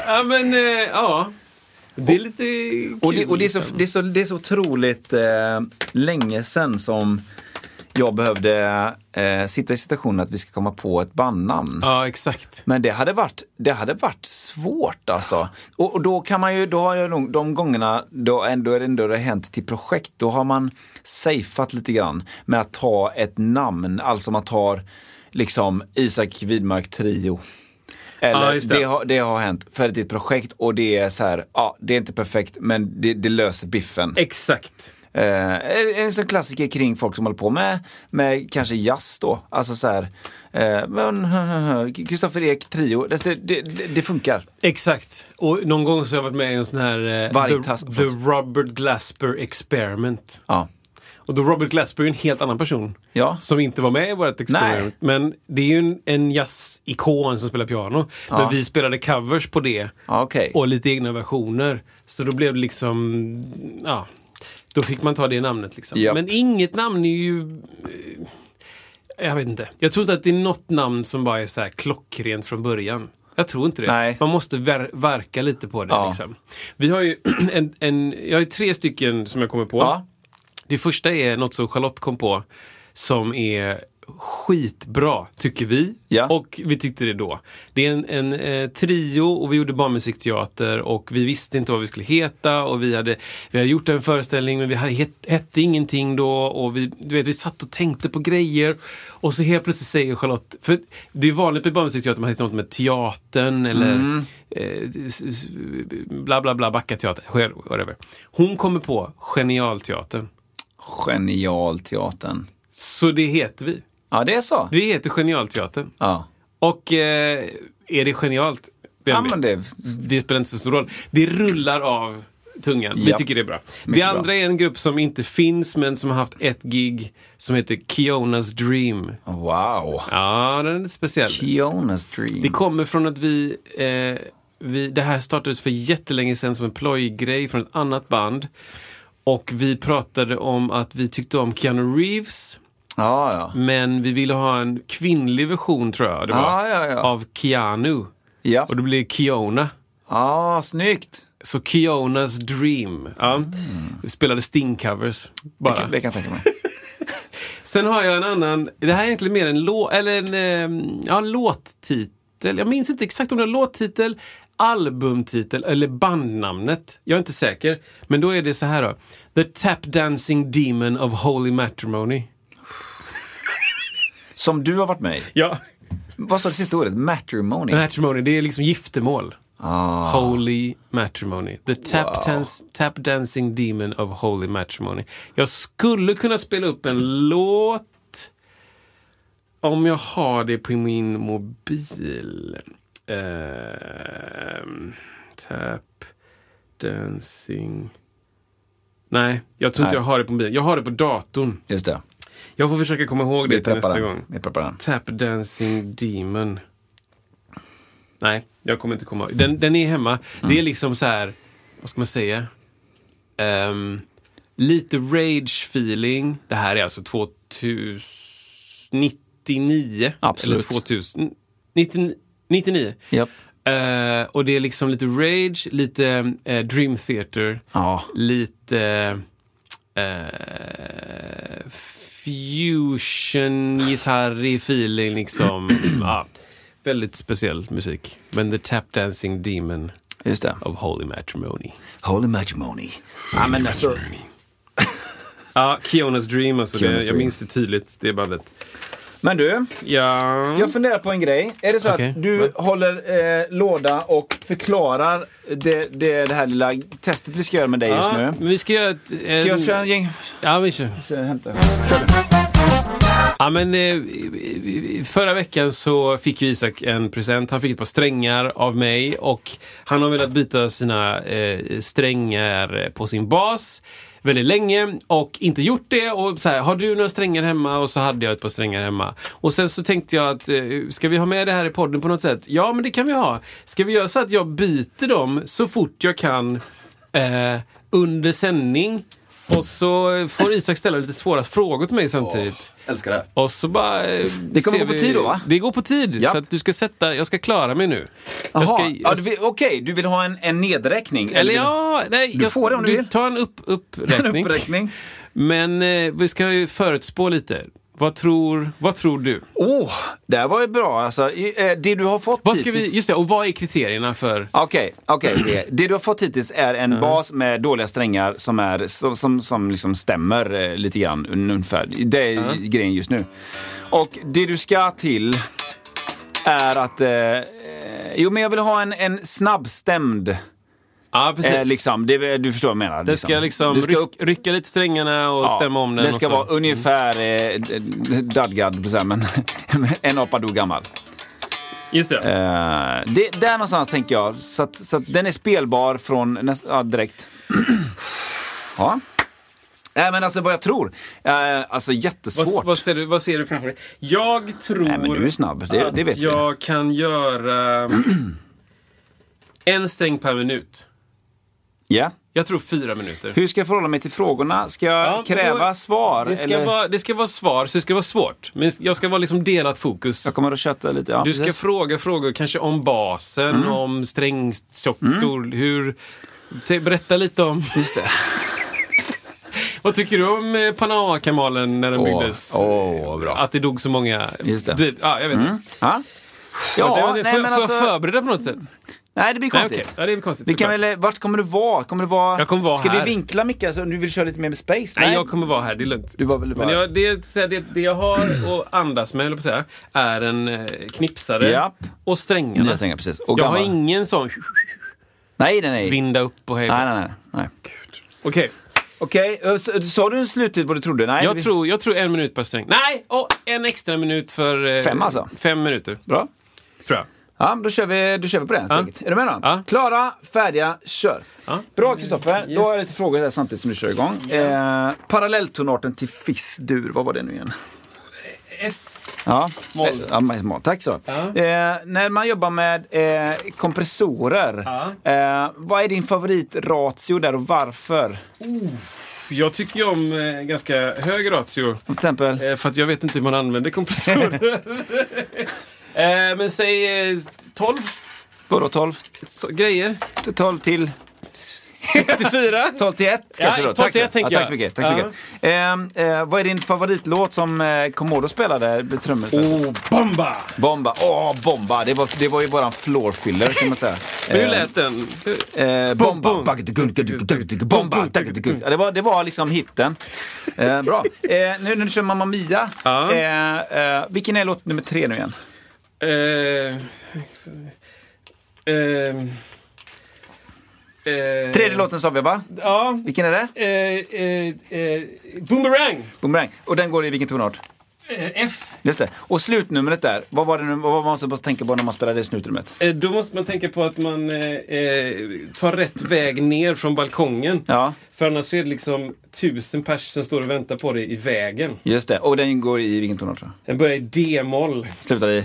Speaker 1: Ja, men eh, ja. Det är lite
Speaker 2: <laughs> och det,
Speaker 1: kul,
Speaker 2: och det, är så,
Speaker 1: liksom.
Speaker 2: det, är så, det är så otroligt eh, länge sedan som jag behövde eh, sitta i situationen att vi ska komma på ett bandnamn.
Speaker 1: Ja, exakt.
Speaker 2: Men det hade varit, det hade varit svårt alltså. Och, och då kan man ju, då har jag nog, de gångerna, då, ändå är det ändå det har hänt till projekt, då har man safeat lite grann med att ta ett namn, alltså man tar liksom Isak Widmark Trio. Eller,
Speaker 1: Ja, just
Speaker 2: det.
Speaker 1: det.
Speaker 2: har, det har hänt för att det är ett projekt och det är så här, ja det är inte perfekt men det, det löser biffen.
Speaker 1: Exakt.
Speaker 2: Eh, en- en sån klassiker kring folk som håller på med, med kanske jazz då. Alltså så här, eh, men <laughs> Kristoffer Ek trio, det, det, det, det funkar.
Speaker 1: Exakt. Och någon gång så har jag varit med i en sån här eh,
Speaker 2: Vargtass-
Speaker 1: the, the Robert Glasper Experiment.
Speaker 2: Ja.
Speaker 1: Och då Robert Glasper är ju en helt annan person.
Speaker 2: Ja.
Speaker 1: Som inte var med i vårt experiment. Men det är ju en, en jazzikon som spelar piano. Men vi spelade covers på det.
Speaker 2: Ja, okej.
Speaker 1: Och lite egna versioner. Så då blev det liksom, ja. Då fick man ta det namnet liksom.
Speaker 2: Japp.
Speaker 1: Men inget namn är ju... eh, Jag vet inte. Jag tror inte att det är något namn som bara är så här klockrent från början. Jag tror inte det.
Speaker 2: Nej.
Speaker 1: Man måste ver- verka lite på det.
Speaker 2: Ja.
Speaker 1: Liksom. Vi har ju <clears throat> en, en, jag har ju tre stycken som jag kommer på.
Speaker 2: Ja.
Speaker 1: Det första är något som Charlotte kom på som är skitbra, tycker vi.
Speaker 2: Ja.
Speaker 1: Och vi tyckte det då. Det är en, en eh, trio och vi gjorde barnmusikteater och vi visste inte vad vi skulle heta och vi hade, vi hade gjort en föreställning men vi hade het, hette ingenting då och vi, du vet, vi satt och tänkte på grejer och så helt plötsligt säger Charlotte, för det är vanligt med barnmusikteater att man heter något med teatern eller eh, s- s- bla bla bla, Backateatern, whatever. Hon kommer på Genialteatern.
Speaker 2: Genial teatern.
Speaker 1: Så det heter vi.
Speaker 2: Ja, det är så.
Speaker 1: Vi heter Genialteatern.
Speaker 2: Ja.
Speaker 1: Och eh, är det genialt? Vem
Speaker 2: Ja,
Speaker 1: vet?
Speaker 2: men det,
Speaker 1: det spelar inte så stor roll. Det rullar av tungan. Vi
Speaker 2: Japp.
Speaker 1: tycker det är bra.
Speaker 2: Mycket
Speaker 1: det
Speaker 2: bra.
Speaker 1: andra är en grupp som inte finns men som har haft ett gig som heter Kionas Dream.
Speaker 2: wow.
Speaker 1: Ja, den är lite speciell.
Speaker 2: Kionas dream.
Speaker 1: Det kommer från att vi, eh, vi... Det här startades för jättelänge sedan som en plojgrej från ett annat band. Och vi pratade om att vi tyckte om Keanu Reeves.
Speaker 2: Ja, ja.
Speaker 1: Men vi ville ha en kvinnlig version tror jag det var.
Speaker 2: Ja, ja, ja.
Speaker 1: Av Keanu.
Speaker 2: Ja,
Speaker 1: Och det blev Kiona.
Speaker 2: ah, snyggt.
Speaker 1: Så Kionas Dream. Ja.
Speaker 2: Mm.
Speaker 1: Vi spelade Sting-covers.
Speaker 2: Det
Speaker 1: Bara.
Speaker 2: kan, det kan jag tänka mig.
Speaker 1: Sen har jag en annan. Det här är egentligen mer en, lå- eller en ehm, ja, låttitel. Jag minns inte exakt om det var låttitel, albumtitel eller bandnamnet. Jag är inte säker. Men då är det så här då. The Tap Dancing Demon of Holy Matrimony.
Speaker 2: Som du har varit med i.
Speaker 1: Ja.
Speaker 2: Vad sa det sista ordet? Matrimony. Ah.
Speaker 1: Matrimony, det är liksom giftermål. Holy matrimony. The tap, dance, tap dancing demon of holy matrimony. Jag skulle kunna spela upp en låt om jag har det på min mobil. Ehm, tap dancing... Nej, jag tror inte
Speaker 2: Nej.
Speaker 1: jag har det på mobilen. Jag har det på datorn.
Speaker 2: Just det.
Speaker 1: Jag får försöka komma ihåg det
Speaker 2: Vi
Speaker 1: till
Speaker 2: preppar
Speaker 1: nästa
Speaker 2: den.
Speaker 1: gång.
Speaker 2: Vi preppar den.
Speaker 1: Tap Dancing Demon. Nej, jag kommer inte komma ihåg. Den, den är hemma. Det
Speaker 2: Mm.
Speaker 1: är liksom så här, vad ska man säga? Ehm, lite rage-feeling. Det här är alltså 2099.
Speaker 2: Absolut.
Speaker 1: Eller 2000. 99. 99.
Speaker 2: Japp.
Speaker 1: Eh, och det är liksom lite rage, lite eh, Dream Theater,
Speaker 2: Ja.
Speaker 1: lite eh, fusion gitarr feeling
Speaker 2: <clears throat>
Speaker 1: liksom. ja, väldigt speciell musik. Men The Tap Dancing Demon
Speaker 2: Just det.
Speaker 1: of Holy Matrimony.
Speaker 2: Holy matrimony. Ja, men alltså,
Speaker 1: Ja, Kionas Dream alltså.
Speaker 2: Kiona's
Speaker 1: det, jag
Speaker 2: Dream.
Speaker 1: minns det tydligt, det bandet.
Speaker 2: Men du,
Speaker 1: Ja.
Speaker 2: jag funderar på en grej. Är det så
Speaker 1: Mm. Okej.
Speaker 2: att du håller eh, låda och förklarar det, det, det här lilla testet vi ska göra med dig just
Speaker 1: Ja,
Speaker 2: nu?
Speaker 1: men vi ska göra ett... Ska
Speaker 2: Ska jag köra en gäng?
Speaker 1: Ja, vi kör.
Speaker 2: Hämta.
Speaker 1: Ja, men, eh, förra veckan så fick ju Isak en present. Han fick ett par strängar av mig och han har velat byta sina eh, strängar på sin bas väldigt länge och inte gjort det. Och så här, har du några strängar hemma? Och så hade jag ett par strängar hemma. Och sen så tänkte jag att eh, ska vi ha med det här i podden på något sätt? Ja, men det kan vi ha. Ska vi göra så att jag byter dem så fort jag kan eh, under sändning? Och så får Isak ställa lite svåra frågor till mig samtidigt.
Speaker 2: Älskar det här.
Speaker 1: Och så bara... Det
Speaker 2: kommer gå på tid då, va?
Speaker 1: Det går på tid.
Speaker 2: Ja.
Speaker 1: Så att du ska sätta... Jag ska klara mig nu. Jag
Speaker 2: Jaha,
Speaker 1: ska,
Speaker 2: ja, du vill- okej, du vill ha en, en nedräkning?
Speaker 1: eller
Speaker 2: vill-
Speaker 1: ja, nej.
Speaker 2: Du
Speaker 1: jag,
Speaker 2: får det om du vill.
Speaker 1: tar en upp,
Speaker 2: <laughs> En
Speaker 1: uppräkning.
Speaker 2: uppräkning?
Speaker 1: Men eh, vi ska ju förutspå lite. Vad tror, vad tror du?
Speaker 2: Åh, det här var ju bra alltså. I- eh, Det du har fått
Speaker 1: Vad ska
Speaker 2: hittills...
Speaker 1: vi, just det, och vad är kriterierna för...
Speaker 2: Okej, okej.
Speaker 1: <clears throat>
Speaker 2: Det- Det du har fått hittills är en bas med dåliga strängar som, är, som, som, som liksom stämmer eh, lite grann ungefär. Det är grejen just nu. Och det du ska till är att... Eh, eh, jo, men jag vill ha en, en snabbstämd.
Speaker 1: Ja, precis.
Speaker 2: Eh, liksom, det, du förstår vad jag menar.
Speaker 1: Det ska liksom
Speaker 2: Du ska
Speaker 1: ryck,
Speaker 2: upp-
Speaker 1: rycka lite strängarna och
Speaker 2: Ja,
Speaker 1: stämma om den.
Speaker 2: Den ska
Speaker 1: och så.
Speaker 2: vara ungefär eh, d- d- dadgad, så här, men <laughs> en apa dog gammal.
Speaker 1: Just det.
Speaker 2: Eh, det, där någonstans tänker jag. Så att, så att den är spelbar från näst, ja, direkt. <clears throat> ja. Nej men alltså vad jag tror. Eh, alltså jättesvårt.
Speaker 1: Vad, vad, ser du, vad ser du framför dig? Jag tror
Speaker 2: Nej, men du är snabb. Det-
Speaker 1: att
Speaker 2: det vet vi.
Speaker 1: jag kan
Speaker 2: <clears throat>
Speaker 1: göra en sträng per minut.
Speaker 2: Ja.
Speaker 1: Jag tror fyra minuter.
Speaker 2: Hur ska jag förhålla mig till frågorna? Ska jag
Speaker 1: Ja,
Speaker 2: kräva
Speaker 1: då-
Speaker 2: svar?
Speaker 1: Det ska,
Speaker 2: eller?
Speaker 1: vara, det ska vara svar, så det ska vara svårt. Men jag ska vara liksom delat fokus.
Speaker 2: Jag kommer att köta lite. Ja,
Speaker 1: Du ska
Speaker 2: precis. Mm.
Speaker 1: fråga frågor kanske om basen, om sträng, tjock, stor, hur... Te, berätta lite om...
Speaker 2: Just det.
Speaker 1: <laughs> Vad tycker du om eh, Panama-kanalen när den
Speaker 2: Åh,
Speaker 1: byggdes?
Speaker 2: åh, vad bra.
Speaker 1: Att det dog så många...
Speaker 2: Just det. Mm.
Speaker 1: Du, ja, jag vet inte.
Speaker 2: Ja,
Speaker 1: Ja,
Speaker 2: ja
Speaker 1: det,
Speaker 2: nej,
Speaker 1: får,
Speaker 2: men
Speaker 1: får
Speaker 2: alltså,
Speaker 1: jag förbereda på något sätt?
Speaker 2: nej, det blir
Speaker 1: Nej,
Speaker 2: konstigt.
Speaker 1: okej. Ja, det är konstigt.
Speaker 2: Vi kan
Speaker 1: såklart.
Speaker 2: väl, vart kommer du vara? Kommer du vara...
Speaker 1: Jag kommer vara
Speaker 2: ska
Speaker 1: här.
Speaker 2: vi vinkla mycket så du vill köra lite mer med space?
Speaker 1: Nej, jag kommer vara här. Det är lugnt.
Speaker 2: Du var väl
Speaker 1: Men
Speaker 2: bara-
Speaker 1: jag, det, så här, det, det jag har att andas med, höll jag på att säga, är en eh, knipsare
Speaker 2: Japp.
Speaker 1: och strängarna.
Speaker 2: Nya strängar, precis. Och
Speaker 1: jag har
Speaker 2: gammal.
Speaker 1: ingen sån
Speaker 2: Nej, nej, nej.
Speaker 1: vinda upp och hej.
Speaker 2: Nej, nej, nej. nej.
Speaker 1: Okej,
Speaker 2: Okej, eh, s- sa du slutet vad du trodde? Nej,
Speaker 1: jag,
Speaker 2: vi-
Speaker 1: tror, jag tror en minut per sträng. Nej! Och en extra minut för... eh,
Speaker 2: Fem alltså?
Speaker 1: Fem minuter,
Speaker 2: Bra.
Speaker 1: tror jag.
Speaker 2: Ja, då kör vi, då kör vi på det. helt
Speaker 1: Ja.
Speaker 2: enkelt. Är du med då?
Speaker 1: Ja.
Speaker 2: Klara, färdiga, kör.
Speaker 1: Ja.
Speaker 2: Bra Kristoffer,
Speaker 1: Yes.
Speaker 2: då har jag lite frågor här samtidigt som du kör igång. Eh, parallelltonarten till fissdur, vad var det nu igen?
Speaker 1: S.
Speaker 2: Ja,
Speaker 1: Moll.
Speaker 2: Eh, ja men- moll. tack så. Eh, när man jobbar med eh, kompressorer, eh, vad är din favoritratio där och varför?
Speaker 1: Jag tycker ju om eh, ganska hög ratio.
Speaker 2: Till exempel?
Speaker 1: Eh, för att jag vet inte hur man använder kompressorer. <laughs> eh, men säg eh, 12
Speaker 2: Vadå 12?
Speaker 1: så, grejer.
Speaker 2: 12 till?
Speaker 1: <laughs> 64.
Speaker 2: 12 till 1 kanske då.
Speaker 1: 12
Speaker 2: Tack så-
Speaker 1: till ett, tänker
Speaker 2: ja, Tack så
Speaker 1: jag.
Speaker 2: mycket. Tack så
Speaker 1: Ja.
Speaker 2: mycket. Ehm, eh, vad är din favoritlåt som eh, Komodo spelade med trummor?
Speaker 1: Oh, bomba!
Speaker 2: Bomba. Åh, bomba. Det var, det var ju våran floor filler kan man säga.
Speaker 1: Hur
Speaker 2: Ehm,
Speaker 1: lät den?
Speaker 2: Eh,
Speaker 1: Bom,
Speaker 2: bomba.
Speaker 1: bom.
Speaker 2: Bomba. Ja, Det var, det var liksom hitten. Eh, bra. Eh, nu när du kör Mamma Mia.
Speaker 1: Ja.
Speaker 2: Eh, eh, vilken är låt nummer tre nu igen?
Speaker 1: Eh, eh, eh,
Speaker 2: Tredje låten sa vi va?
Speaker 1: Ja.
Speaker 2: Vilken är det?
Speaker 1: Eh, eh, eh, boomerang!
Speaker 2: Boomerang. Och den går i vilken tonart?
Speaker 1: Eh, F.
Speaker 2: Just det. Och slutnumret där. Vad var det nu, vad var man måste tänka på när man spelade det slutnumret?
Speaker 1: Eh, då måste man tänka på att man eh, eh, tar rätt väg ner från balkongen.
Speaker 2: Ja.
Speaker 1: För annars så är det liksom tusen pers som står och väntar på dig i vägen.
Speaker 2: Just det. Och den går i vilken tonart? då?
Speaker 1: Den börjar i D-moll.
Speaker 2: Slutar i?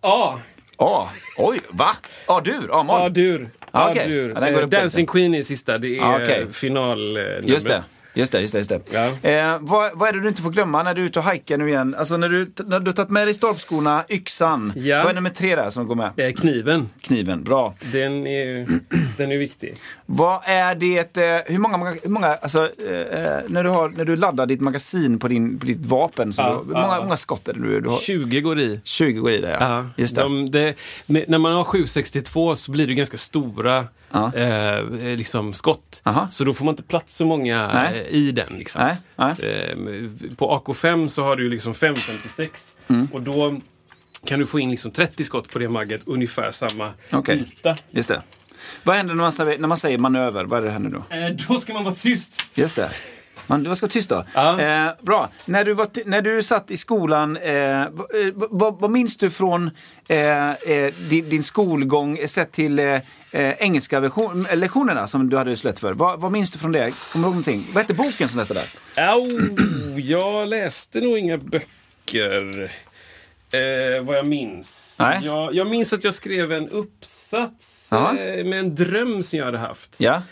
Speaker 1: A.
Speaker 2: A. Oj, va? A-dur? A-moll?
Speaker 1: A-dur.
Speaker 2: Ah, okej.
Speaker 1: A-dur.
Speaker 2: Ja, den går
Speaker 1: Eh,
Speaker 2: upp där
Speaker 1: Dancing Queen är sista. Det är
Speaker 2: Ah, okej.
Speaker 1: eh, finalnumret.
Speaker 2: Just det. Just det, just det. Just det.
Speaker 1: Ja.
Speaker 2: Eh, vad, vad är det du inte får glömma när du är ute och hajkar nu igen? Alltså när du, när du har tagit med dig stolpskorna, yxan.
Speaker 1: Ja.
Speaker 2: Vad är nummer tre där som går med?
Speaker 1: Eh, Kniven.
Speaker 2: Kniven, bra.
Speaker 1: Den är <clears throat> ju den är viktig.
Speaker 2: Vad är det, eh, hur många, maga- hur många alltså, eh, eh, när, du har, när du laddar ditt magasin på, din, på ditt vapen, så
Speaker 1: Ja,
Speaker 2: du, hur många,
Speaker 1: ja.
Speaker 2: många skott är det du, du har?
Speaker 1: 20 går i.
Speaker 2: 20 går i där ja.
Speaker 1: Ja,
Speaker 2: Just det.
Speaker 1: de, det, men när man har 762 så blir det ju ganska stora
Speaker 2: Ja.
Speaker 1: eh, liksom skott.
Speaker 2: Aha.
Speaker 1: Så då får man inte plats så många
Speaker 2: Nej.
Speaker 1: eh, i den. Liksom.
Speaker 2: Nej, nej.
Speaker 1: Eh, på AK5 så har du ju liksom 556
Speaker 2: Mm.
Speaker 1: och då kan du få in liksom 30 skott på det magget, ungefär samma
Speaker 2: Okej.
Speaker 1: yta.
Speaker 2: Just det. Vad händer när man, säger- när man säger manöver? Vad är det händer då?
Speaker 1: Eh, då ska man vara tyst.
Speaker 2: Just det. Man, du ska vara tyst då.
Speaker 1: Ja.
Speaker 2: Eh, bra. När du, var ty- när du satt i skolan, eh, vad- eh, vad, vad minns du från eh, eh, din, din skolgång eh, sett till eh, eh, engelska version, eh, lektionerna som du hade så lätt för? Vad, vad minns du från det? Kommer du ihåg någonting? Vad hette boken som läste där?
Speaker 1: Au, jag läste nog inga böcker. Eh, vad jag minns.
Speaker 2: Nej.
Speaker 1: Jag, jag minns att jag skrev en uppsats
Speaker 2: Ja.
Speaker 1: eh, med en dröm som jag hade haft.
Speaker 2: Ja.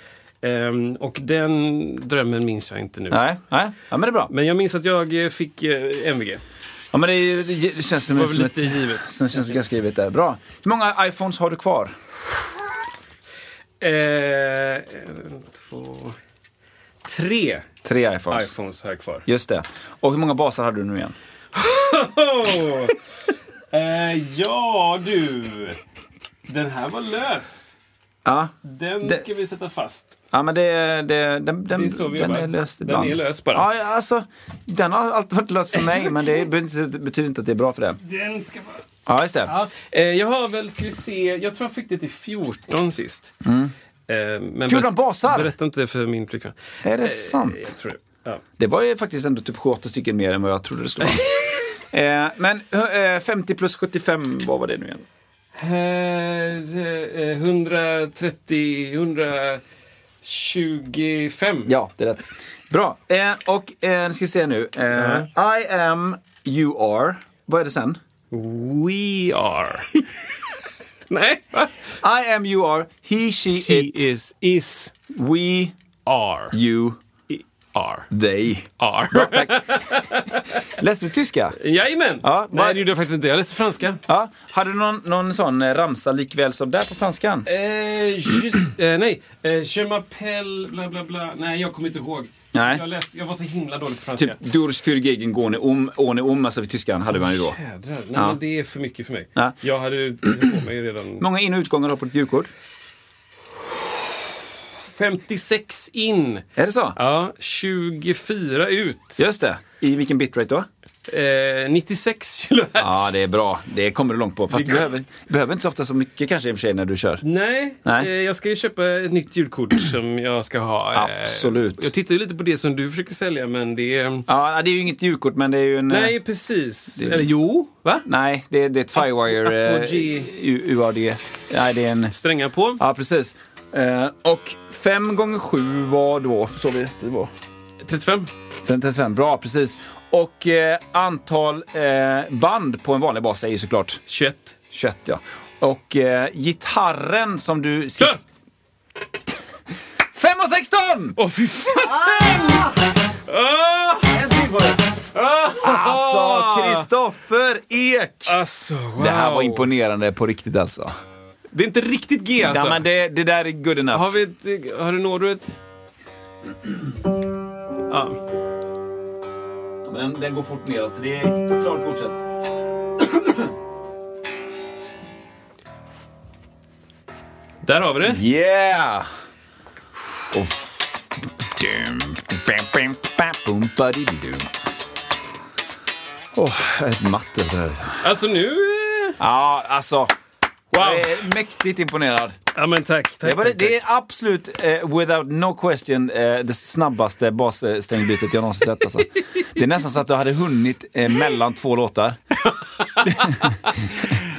Speaker 1: Ehm, och den drömmen minns jag inte nu.
Speaker 2: Nej, nej. Ja, men det är bra.
Speaker 1: Men jag minns att jag eh, fick eh, MVG.
Speaker 2: Ja, men det, är- det ge- det känns som,
Speaker 1: Det var väl
Speaker 2: som ett,
Speaker 1: lite givet.
Speaker 2: som känns ganska givet där. Bra. Hur många iPhones har du kvar?
Speaker 1: Eh, en, två, tre
Speaker 2: Tre iPhones.
Speaker 1: iPhones har jag kvar.
Speaker 2: Just det. Och hur många basar hade du nu igen?
Speaker 1: Oh! eh, ja du! Den här var lös.
Speaker 2: Ja,
Speaker 1: Den
Speaker 2: Det-
Speaker 1: ska vi sätta fast.
Speaker 2: ja men det, det, den, den,
Speaker 1: Det är så vi
Speaker 2: den
Speaker 1: jobbar.
Speaker 2: är lös
Speaker 1: Den
Speaker 2: ibland.
Speaker 1: är lös bara.
Speaker 2: Ja, ja, alltså, den har alltid varit lös för mig, men det betyder inte- betyder inte att det är bra för det.
Speaker 1: Den ska vara...
Speaker 2: Ja, just det.
Speaker 1: Ja, eh, jag har väl, ska vi se, jag tror jag fick det till 14 sist. Eh, men
Speaker 2: 14
Speaker 1: ber-
Speaker 2: Mm. basar?
Speaker 1: Berätta inte det för min flickvän.
Speaker 2: Är det
Speaker 1: Eh, jag
Speaker 2: sant?
Speaker 1: tror det. Ja.
Speaker 2: Det var ju faktiskt ändå typ 7-8 stycken mer än vad jag trodde det skulle <laughs> vara. eh, men hö- eh, 50 plus 75, vad var det nu igen?
Speaker 1: Eh, eh, 130, 125.
Speaker 2: Ja, det är rätt. Bra. Eh, och eh, nu ska vi se nu. Eh, I am, you are. Vad är det sen?
Speaker 1: We are.
Speaker 2: <laughs>
Speaker 1: Nej, va?
Speaker 2: I am, you are, he, she,
Speaker 1: She
Speaker 2: it,
Speaker 1: is, is,
Speaker 2: we,
Speaker 1: are.
Speaker 2: you,
Speaker 1: I- Are.
Speaker 2: they.
Speaker 1: Are.
Speaker 2: <laughs> Läste du tyska?
Speaker 1: Jajamän!
Speaker 2: Ja,
Speaker 1: Nej,
Speaker 2: vad-
Speaker 1: det gjorde jag faktiskt inte. Jag läste franska.
Speaker 2: Ja. Hade du någon, någon sån eh, ramsa likväl som där på franskan?
Speaker 1: Eh,
Speaker 2: <clears throat>
Speaker 1: just, eh, nej, eh, je m'appelle bla bla bla. Nej, jag kommer inte ihåg.
Speaker 2: Nej.
Speaker 1: Jag, läste, jag var så himla dålig på franska.
Speaker 2: Typ durch für gegen gone um, ohne um, alltså för tyskan hade man ju då.
Speaker 1: Jädrar, nej
Speaker 2: Ja.
Speaker 1: men det är för mycket för mig.
Speaker 2: Ja.
Speaker 1: Jag hade ju på mig
Speaker 2: <clears throat>
Speaker 1: redan
Speaker 2: Många in och utgångar har på ditt djurkort.
Speaker 1: 56 in.
Speaker 2: Är det så?
Speaker 1: Ja, 24 ut.
Speaker 2: Just det. I vilken bitrate då?
Speaker 1: Eh, 96 kilohertz.
Speaker 2: Ja, det är bra. Det kommer du långt på. Fast du behöver, behöver inte så ofta så mycket kanske i och för sig när du kör.
Speaker 1: Nej,
Speaker 2: Nej.
Speaker 1: Eh, jag ska ju köpa ett nytt ljudkort <clears throat> som jag ska ha. Eh,
Speaker 2: Absolut.
Speaker 1: Jag tittar ju lite på det som du försöker sälja men det är...
Speaker 2: Ja, det är ju inget djurkort men det är ju en... eh,
Speaker 1: Nej, precis. Eller jo, va?
Speaker 2: Nej, det, är- det är ett Firewire eh,
Speaker 1: Apogee.
Speaker 2: U- UAD. Nej, det är en...
Speaker 1: Strängar på.
Speaker 2: Ja, precis. Eh, och 5 gånger 7 var då... Så vi det var.
Speaker 1: 35.
Speaker 2: 35, bra precis. Och eh, antal eh, band på en vanlig bas är ju såklart
Speaker 1: 21.
Speaker 2: 21 ja. Och eh, gitarren som du...
Speaker 1: Kör!
Speaker 2: Sist... 5 och 16!
Speaker 1: Åh fy fasen! Ah! Ah!
Speaker 2: Alltså, Kristoffer Ek!
Speaker 1: Alltså, wow.
Speaker 2: Det här var imponerande på riktigt alltså.
Speaker 1: Det är inte riktigt G alltså.
Speaker 2: Ja, men det, det där är good enough.
Speaker 1: Har vi ett... Har du, når du ett... Ja.
Speaker 2: den, går fort neråt så det är klart godkänt.
Speaker 1: Där har vi det.
Speaker 2: Yeah! Åh, oh, ett matte det där.
Speaker 1: Alltså nu... eh,
Speaker 2: Ja, alltså.
Speaker 1: Wow.
Speaker 2: Jag är mäktigt imponerad.
Speaker 1: Ja men tack. tack,
Speaker 2: Det, var, det-
Speaker 1: tack,
Speaker 2: det är absolut, eh, without no question, eh, det snabbaste basstängbytet jag någonsin sett. Alltså. Det är nästan så att du hade hunnit eh, mellan två låtar.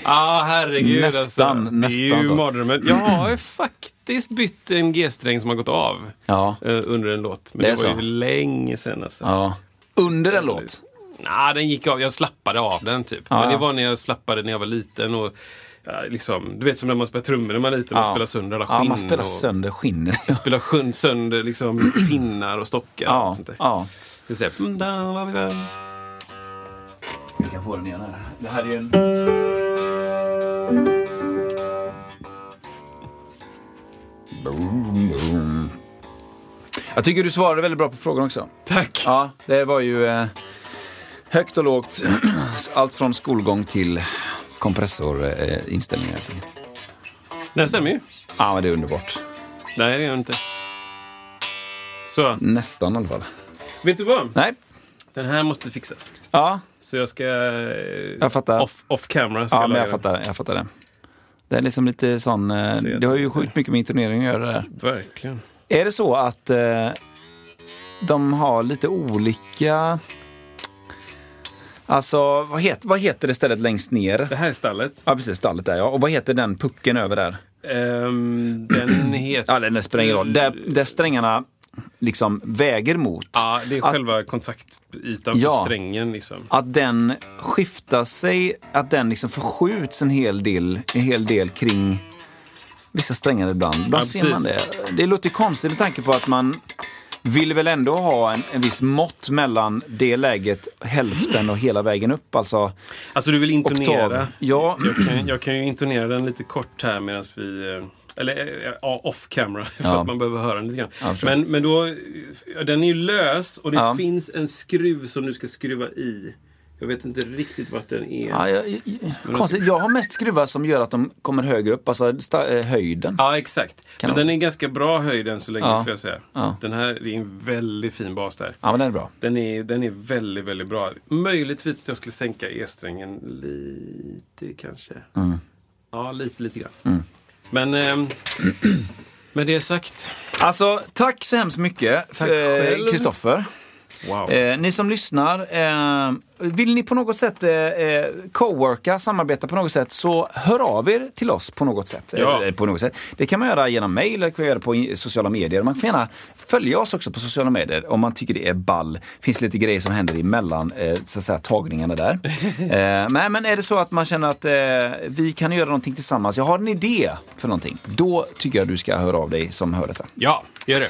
Speaker 1: Ja, herregud.
Speaker 2: Nästan,
Speaker 1: alltså. Det är
Speaker 2: nästan
Speaker 1: ju
Speaker 2: så.
Speaker 1: mardrömmen. Jag har ju faktiskt bytt en G-sträng som har gått av
Speaker 2: Ja.
Speaker 1: eh, under en låt. Men
Speaker 2: Det
Speaker 1: det,
Speaker 2: är
Speaker 1: var
Speaker 2: så.
Speaker 1: ju länge sedan alltså.
Speaker 2: Ja. Under en låt.
Speaker 1: Nej, den gick av. Jag slappade av den typ.
Speaker 2: Ja,
Speaker 1: Men det
Speaker 2: ja.
Speaker 1: var när jag slappade när jag var liten. Och, ja, liksom, du vet som när man spelar trummor när man är liten. Man
Speaker 2: Ja.
Speaker 1: spelar sönder alla skinn.
Speaker 2: Ja, man spelar
Speaker 1: och,
Speaker 2: sönder skinnet.
Speaker 1: Spelar sjön- sönder liksom, <clears throat> pinnar och stockar. och
Speaker 2: Ja,
Speaker 1: allt sånt där.
Speaker 2: ja.
Speaker 1: Det är så här, mm, da, va, va.
Speaker 2: Vi kan få den igen här. Det här är ju en... Jag tycker du svarade väldigt bra på frågan också.
Speaker 1: Tack!
Speaker 2: Ja, det var ju eh, högt och lågt. <clears throat> Allt från skolgång till kompressorinställningar. Eh, inställningar.
Speaker 1: Det här stämmer ju.
Speaker 2: ja, men det är underbart.
Speaker 1: Nej, det gör den inte. Så,
Speaker 2: Nästan i alla fall.
Speaker 1: vet du vad?
Speaker 2: Nej.
Speaker 1: Den här måste fixas.
Speaker 2: Ja,
Speaker 1: Så jag ska... eh,
Speaker 2: jag fattar.
Speaker 1: Off, off camera ska
Speaker 2: ja, men
Speaker 1: laga
Speaker 2: jag
Speaker 1: den.
Speaker 2: fattar, jag fattar det. Det är liksom lite sån... eh,
Speaker 1: Se.
Speaker 2: Det har ju sjukt mycket med intonering att göra det där.
Speaker 1: Verkligen.
Speaker 2: Är det så att eh, de har lite olika... Alltså, vad, het, vad heter det stället längst ner?
Speaker 1: Det här är stallet.
Speaker 2: Ja, precis. Stallet där ja. Och vad heter den pucken över där?
Speaker 1: Ehm, den heter...
Speaker 2: <clears throat> Ja, det spelar ingen roll. Där, där strängarna liksom väger mot.
Speaker 1: Ja, det är
Speaker 2: Att-
Speaker 1: själva kontaktytan för
Speaker 2: Ja.
Speaker 1: strängen liksom.
Speaker 2: Att den skiftar sig, att den liksom förskjuts en hel del, en hel del kring vissa strängar ibland. Ibland
Speaker 1: Ja,
Speaker 2: ser man det.
Speaker 1: precis.
Speaker 2: Det låter ju konstigt med tanke på att man vill väl ändå ha en, en viss mått mellan det läget, hälften och hela vägen upp. Alltså
Speaker 1: Alltså du vill intonera.
Speaker 2: oktav. Ja,
Speaker 1: Jag kan, jag kan ju intonera den lite kort här medan vi... eh, Eller eh, ja, off camera, <laughs> för
Speaker 2: Ja.
Speaker 1: att man behöver höra den lite grann.
Speaker 2: jag förstår.
Speaker 1: men, men då, eh, ja, den är ju lös och det
Speaker 2: Ja.
Speaker 1: finns en skruv som du ska skruva i. Jag vet inte riktigt vart den är.
Speaker 2: ja, jag, jag, konstigt. Jag har mest skruvar som gör att de kommer högre upp, alltså sta- eh, höjden.
Speaker 1: Ja, exakt.
Speaker 2: Kan
Speaker 1: men
Speaker 2: det
Speaker 1: den är ganska bra höjd än så länge,
Speaker 2: Ja.
Speaker 1: skulle jag säga.
Speaker 2: Ja.
Speaker 1: Den här, det är en väldigt fin bas där.
Speaker 2: Ja, men den är bra.
Speaker 1: Den är, den är väldigt, väldigt bra. Möjligtvis att jag skulle sänka E-strängen lite kanske.
Speaker 2: Mm.
Speaker 1: Ja, lite, lite grann. Men ehm, <clears throat> med det sagt.
Speaker 2: Alltså, tack så hemskt mycket
Speaker 1: själv.
Speaker 2: för- eh, Kristoffer.
Speaker 1: Wow.
Speaker 2: Eh, ni som lyssnar, eh, vill ni på något sätt eh, eh, coworka, samarbeta på något sätt så hör av er till oss på något sätt.
Speaker 1: Ja.
Speaker 2: Eller, eh, på något sätt. Det kan man göra genom mail eller kan man göra på i- sociala medier. Man får gärna följa oss också på sociala medier om man tycker det är ball. Det finns lite grejer som händer emellan eh, så att säga,
Speaker 1: <laughs>
Speaker 2: tagningarna där. eh, nej, men är det så att man känner att eh, vi kan göra någonting tillsammans, jag har en idé för någonting, då tycker jag du ska höra av dig som hör detta.
Speaker 1: Ja, gör det.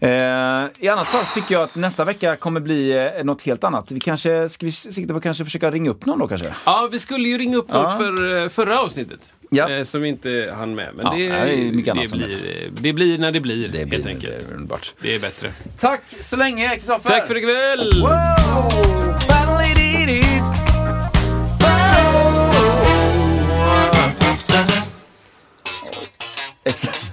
Speaker 2: Eh, I annat fall så tycker jag att nästa vecka kommer bli eh, något helt annat. Vi kanske, ska vi sikta på att kanske försöka ringa upp någon då kanske?
Speaker 1: Ja, vi skulle ju ringa upp dem
Speaker 2: Ja.
Speaker 1: för eh, förra avsnittet.
Speaker 2: Ja.
Speaker 1: Eh, Som vi inte hann med. Men
Speaker 2: Ja,
Speaker 1: det,
Speaker 2: nej, det är mycket annat
Speaker 1: det,
Speaker 2: som
Speaker 1: blir, eh, det blir när det blir,
Speaker 2: Det
Speaker 1: helt enkelt.
Speaker 2: det är underbart.
Speaker 1: Det är bättre.
Speaker 2: Tack så länge Kristoffer!
Speaker 1: Tack för ikväll!
Speaker 2: Wow! Finally did it! Wow! Exakt.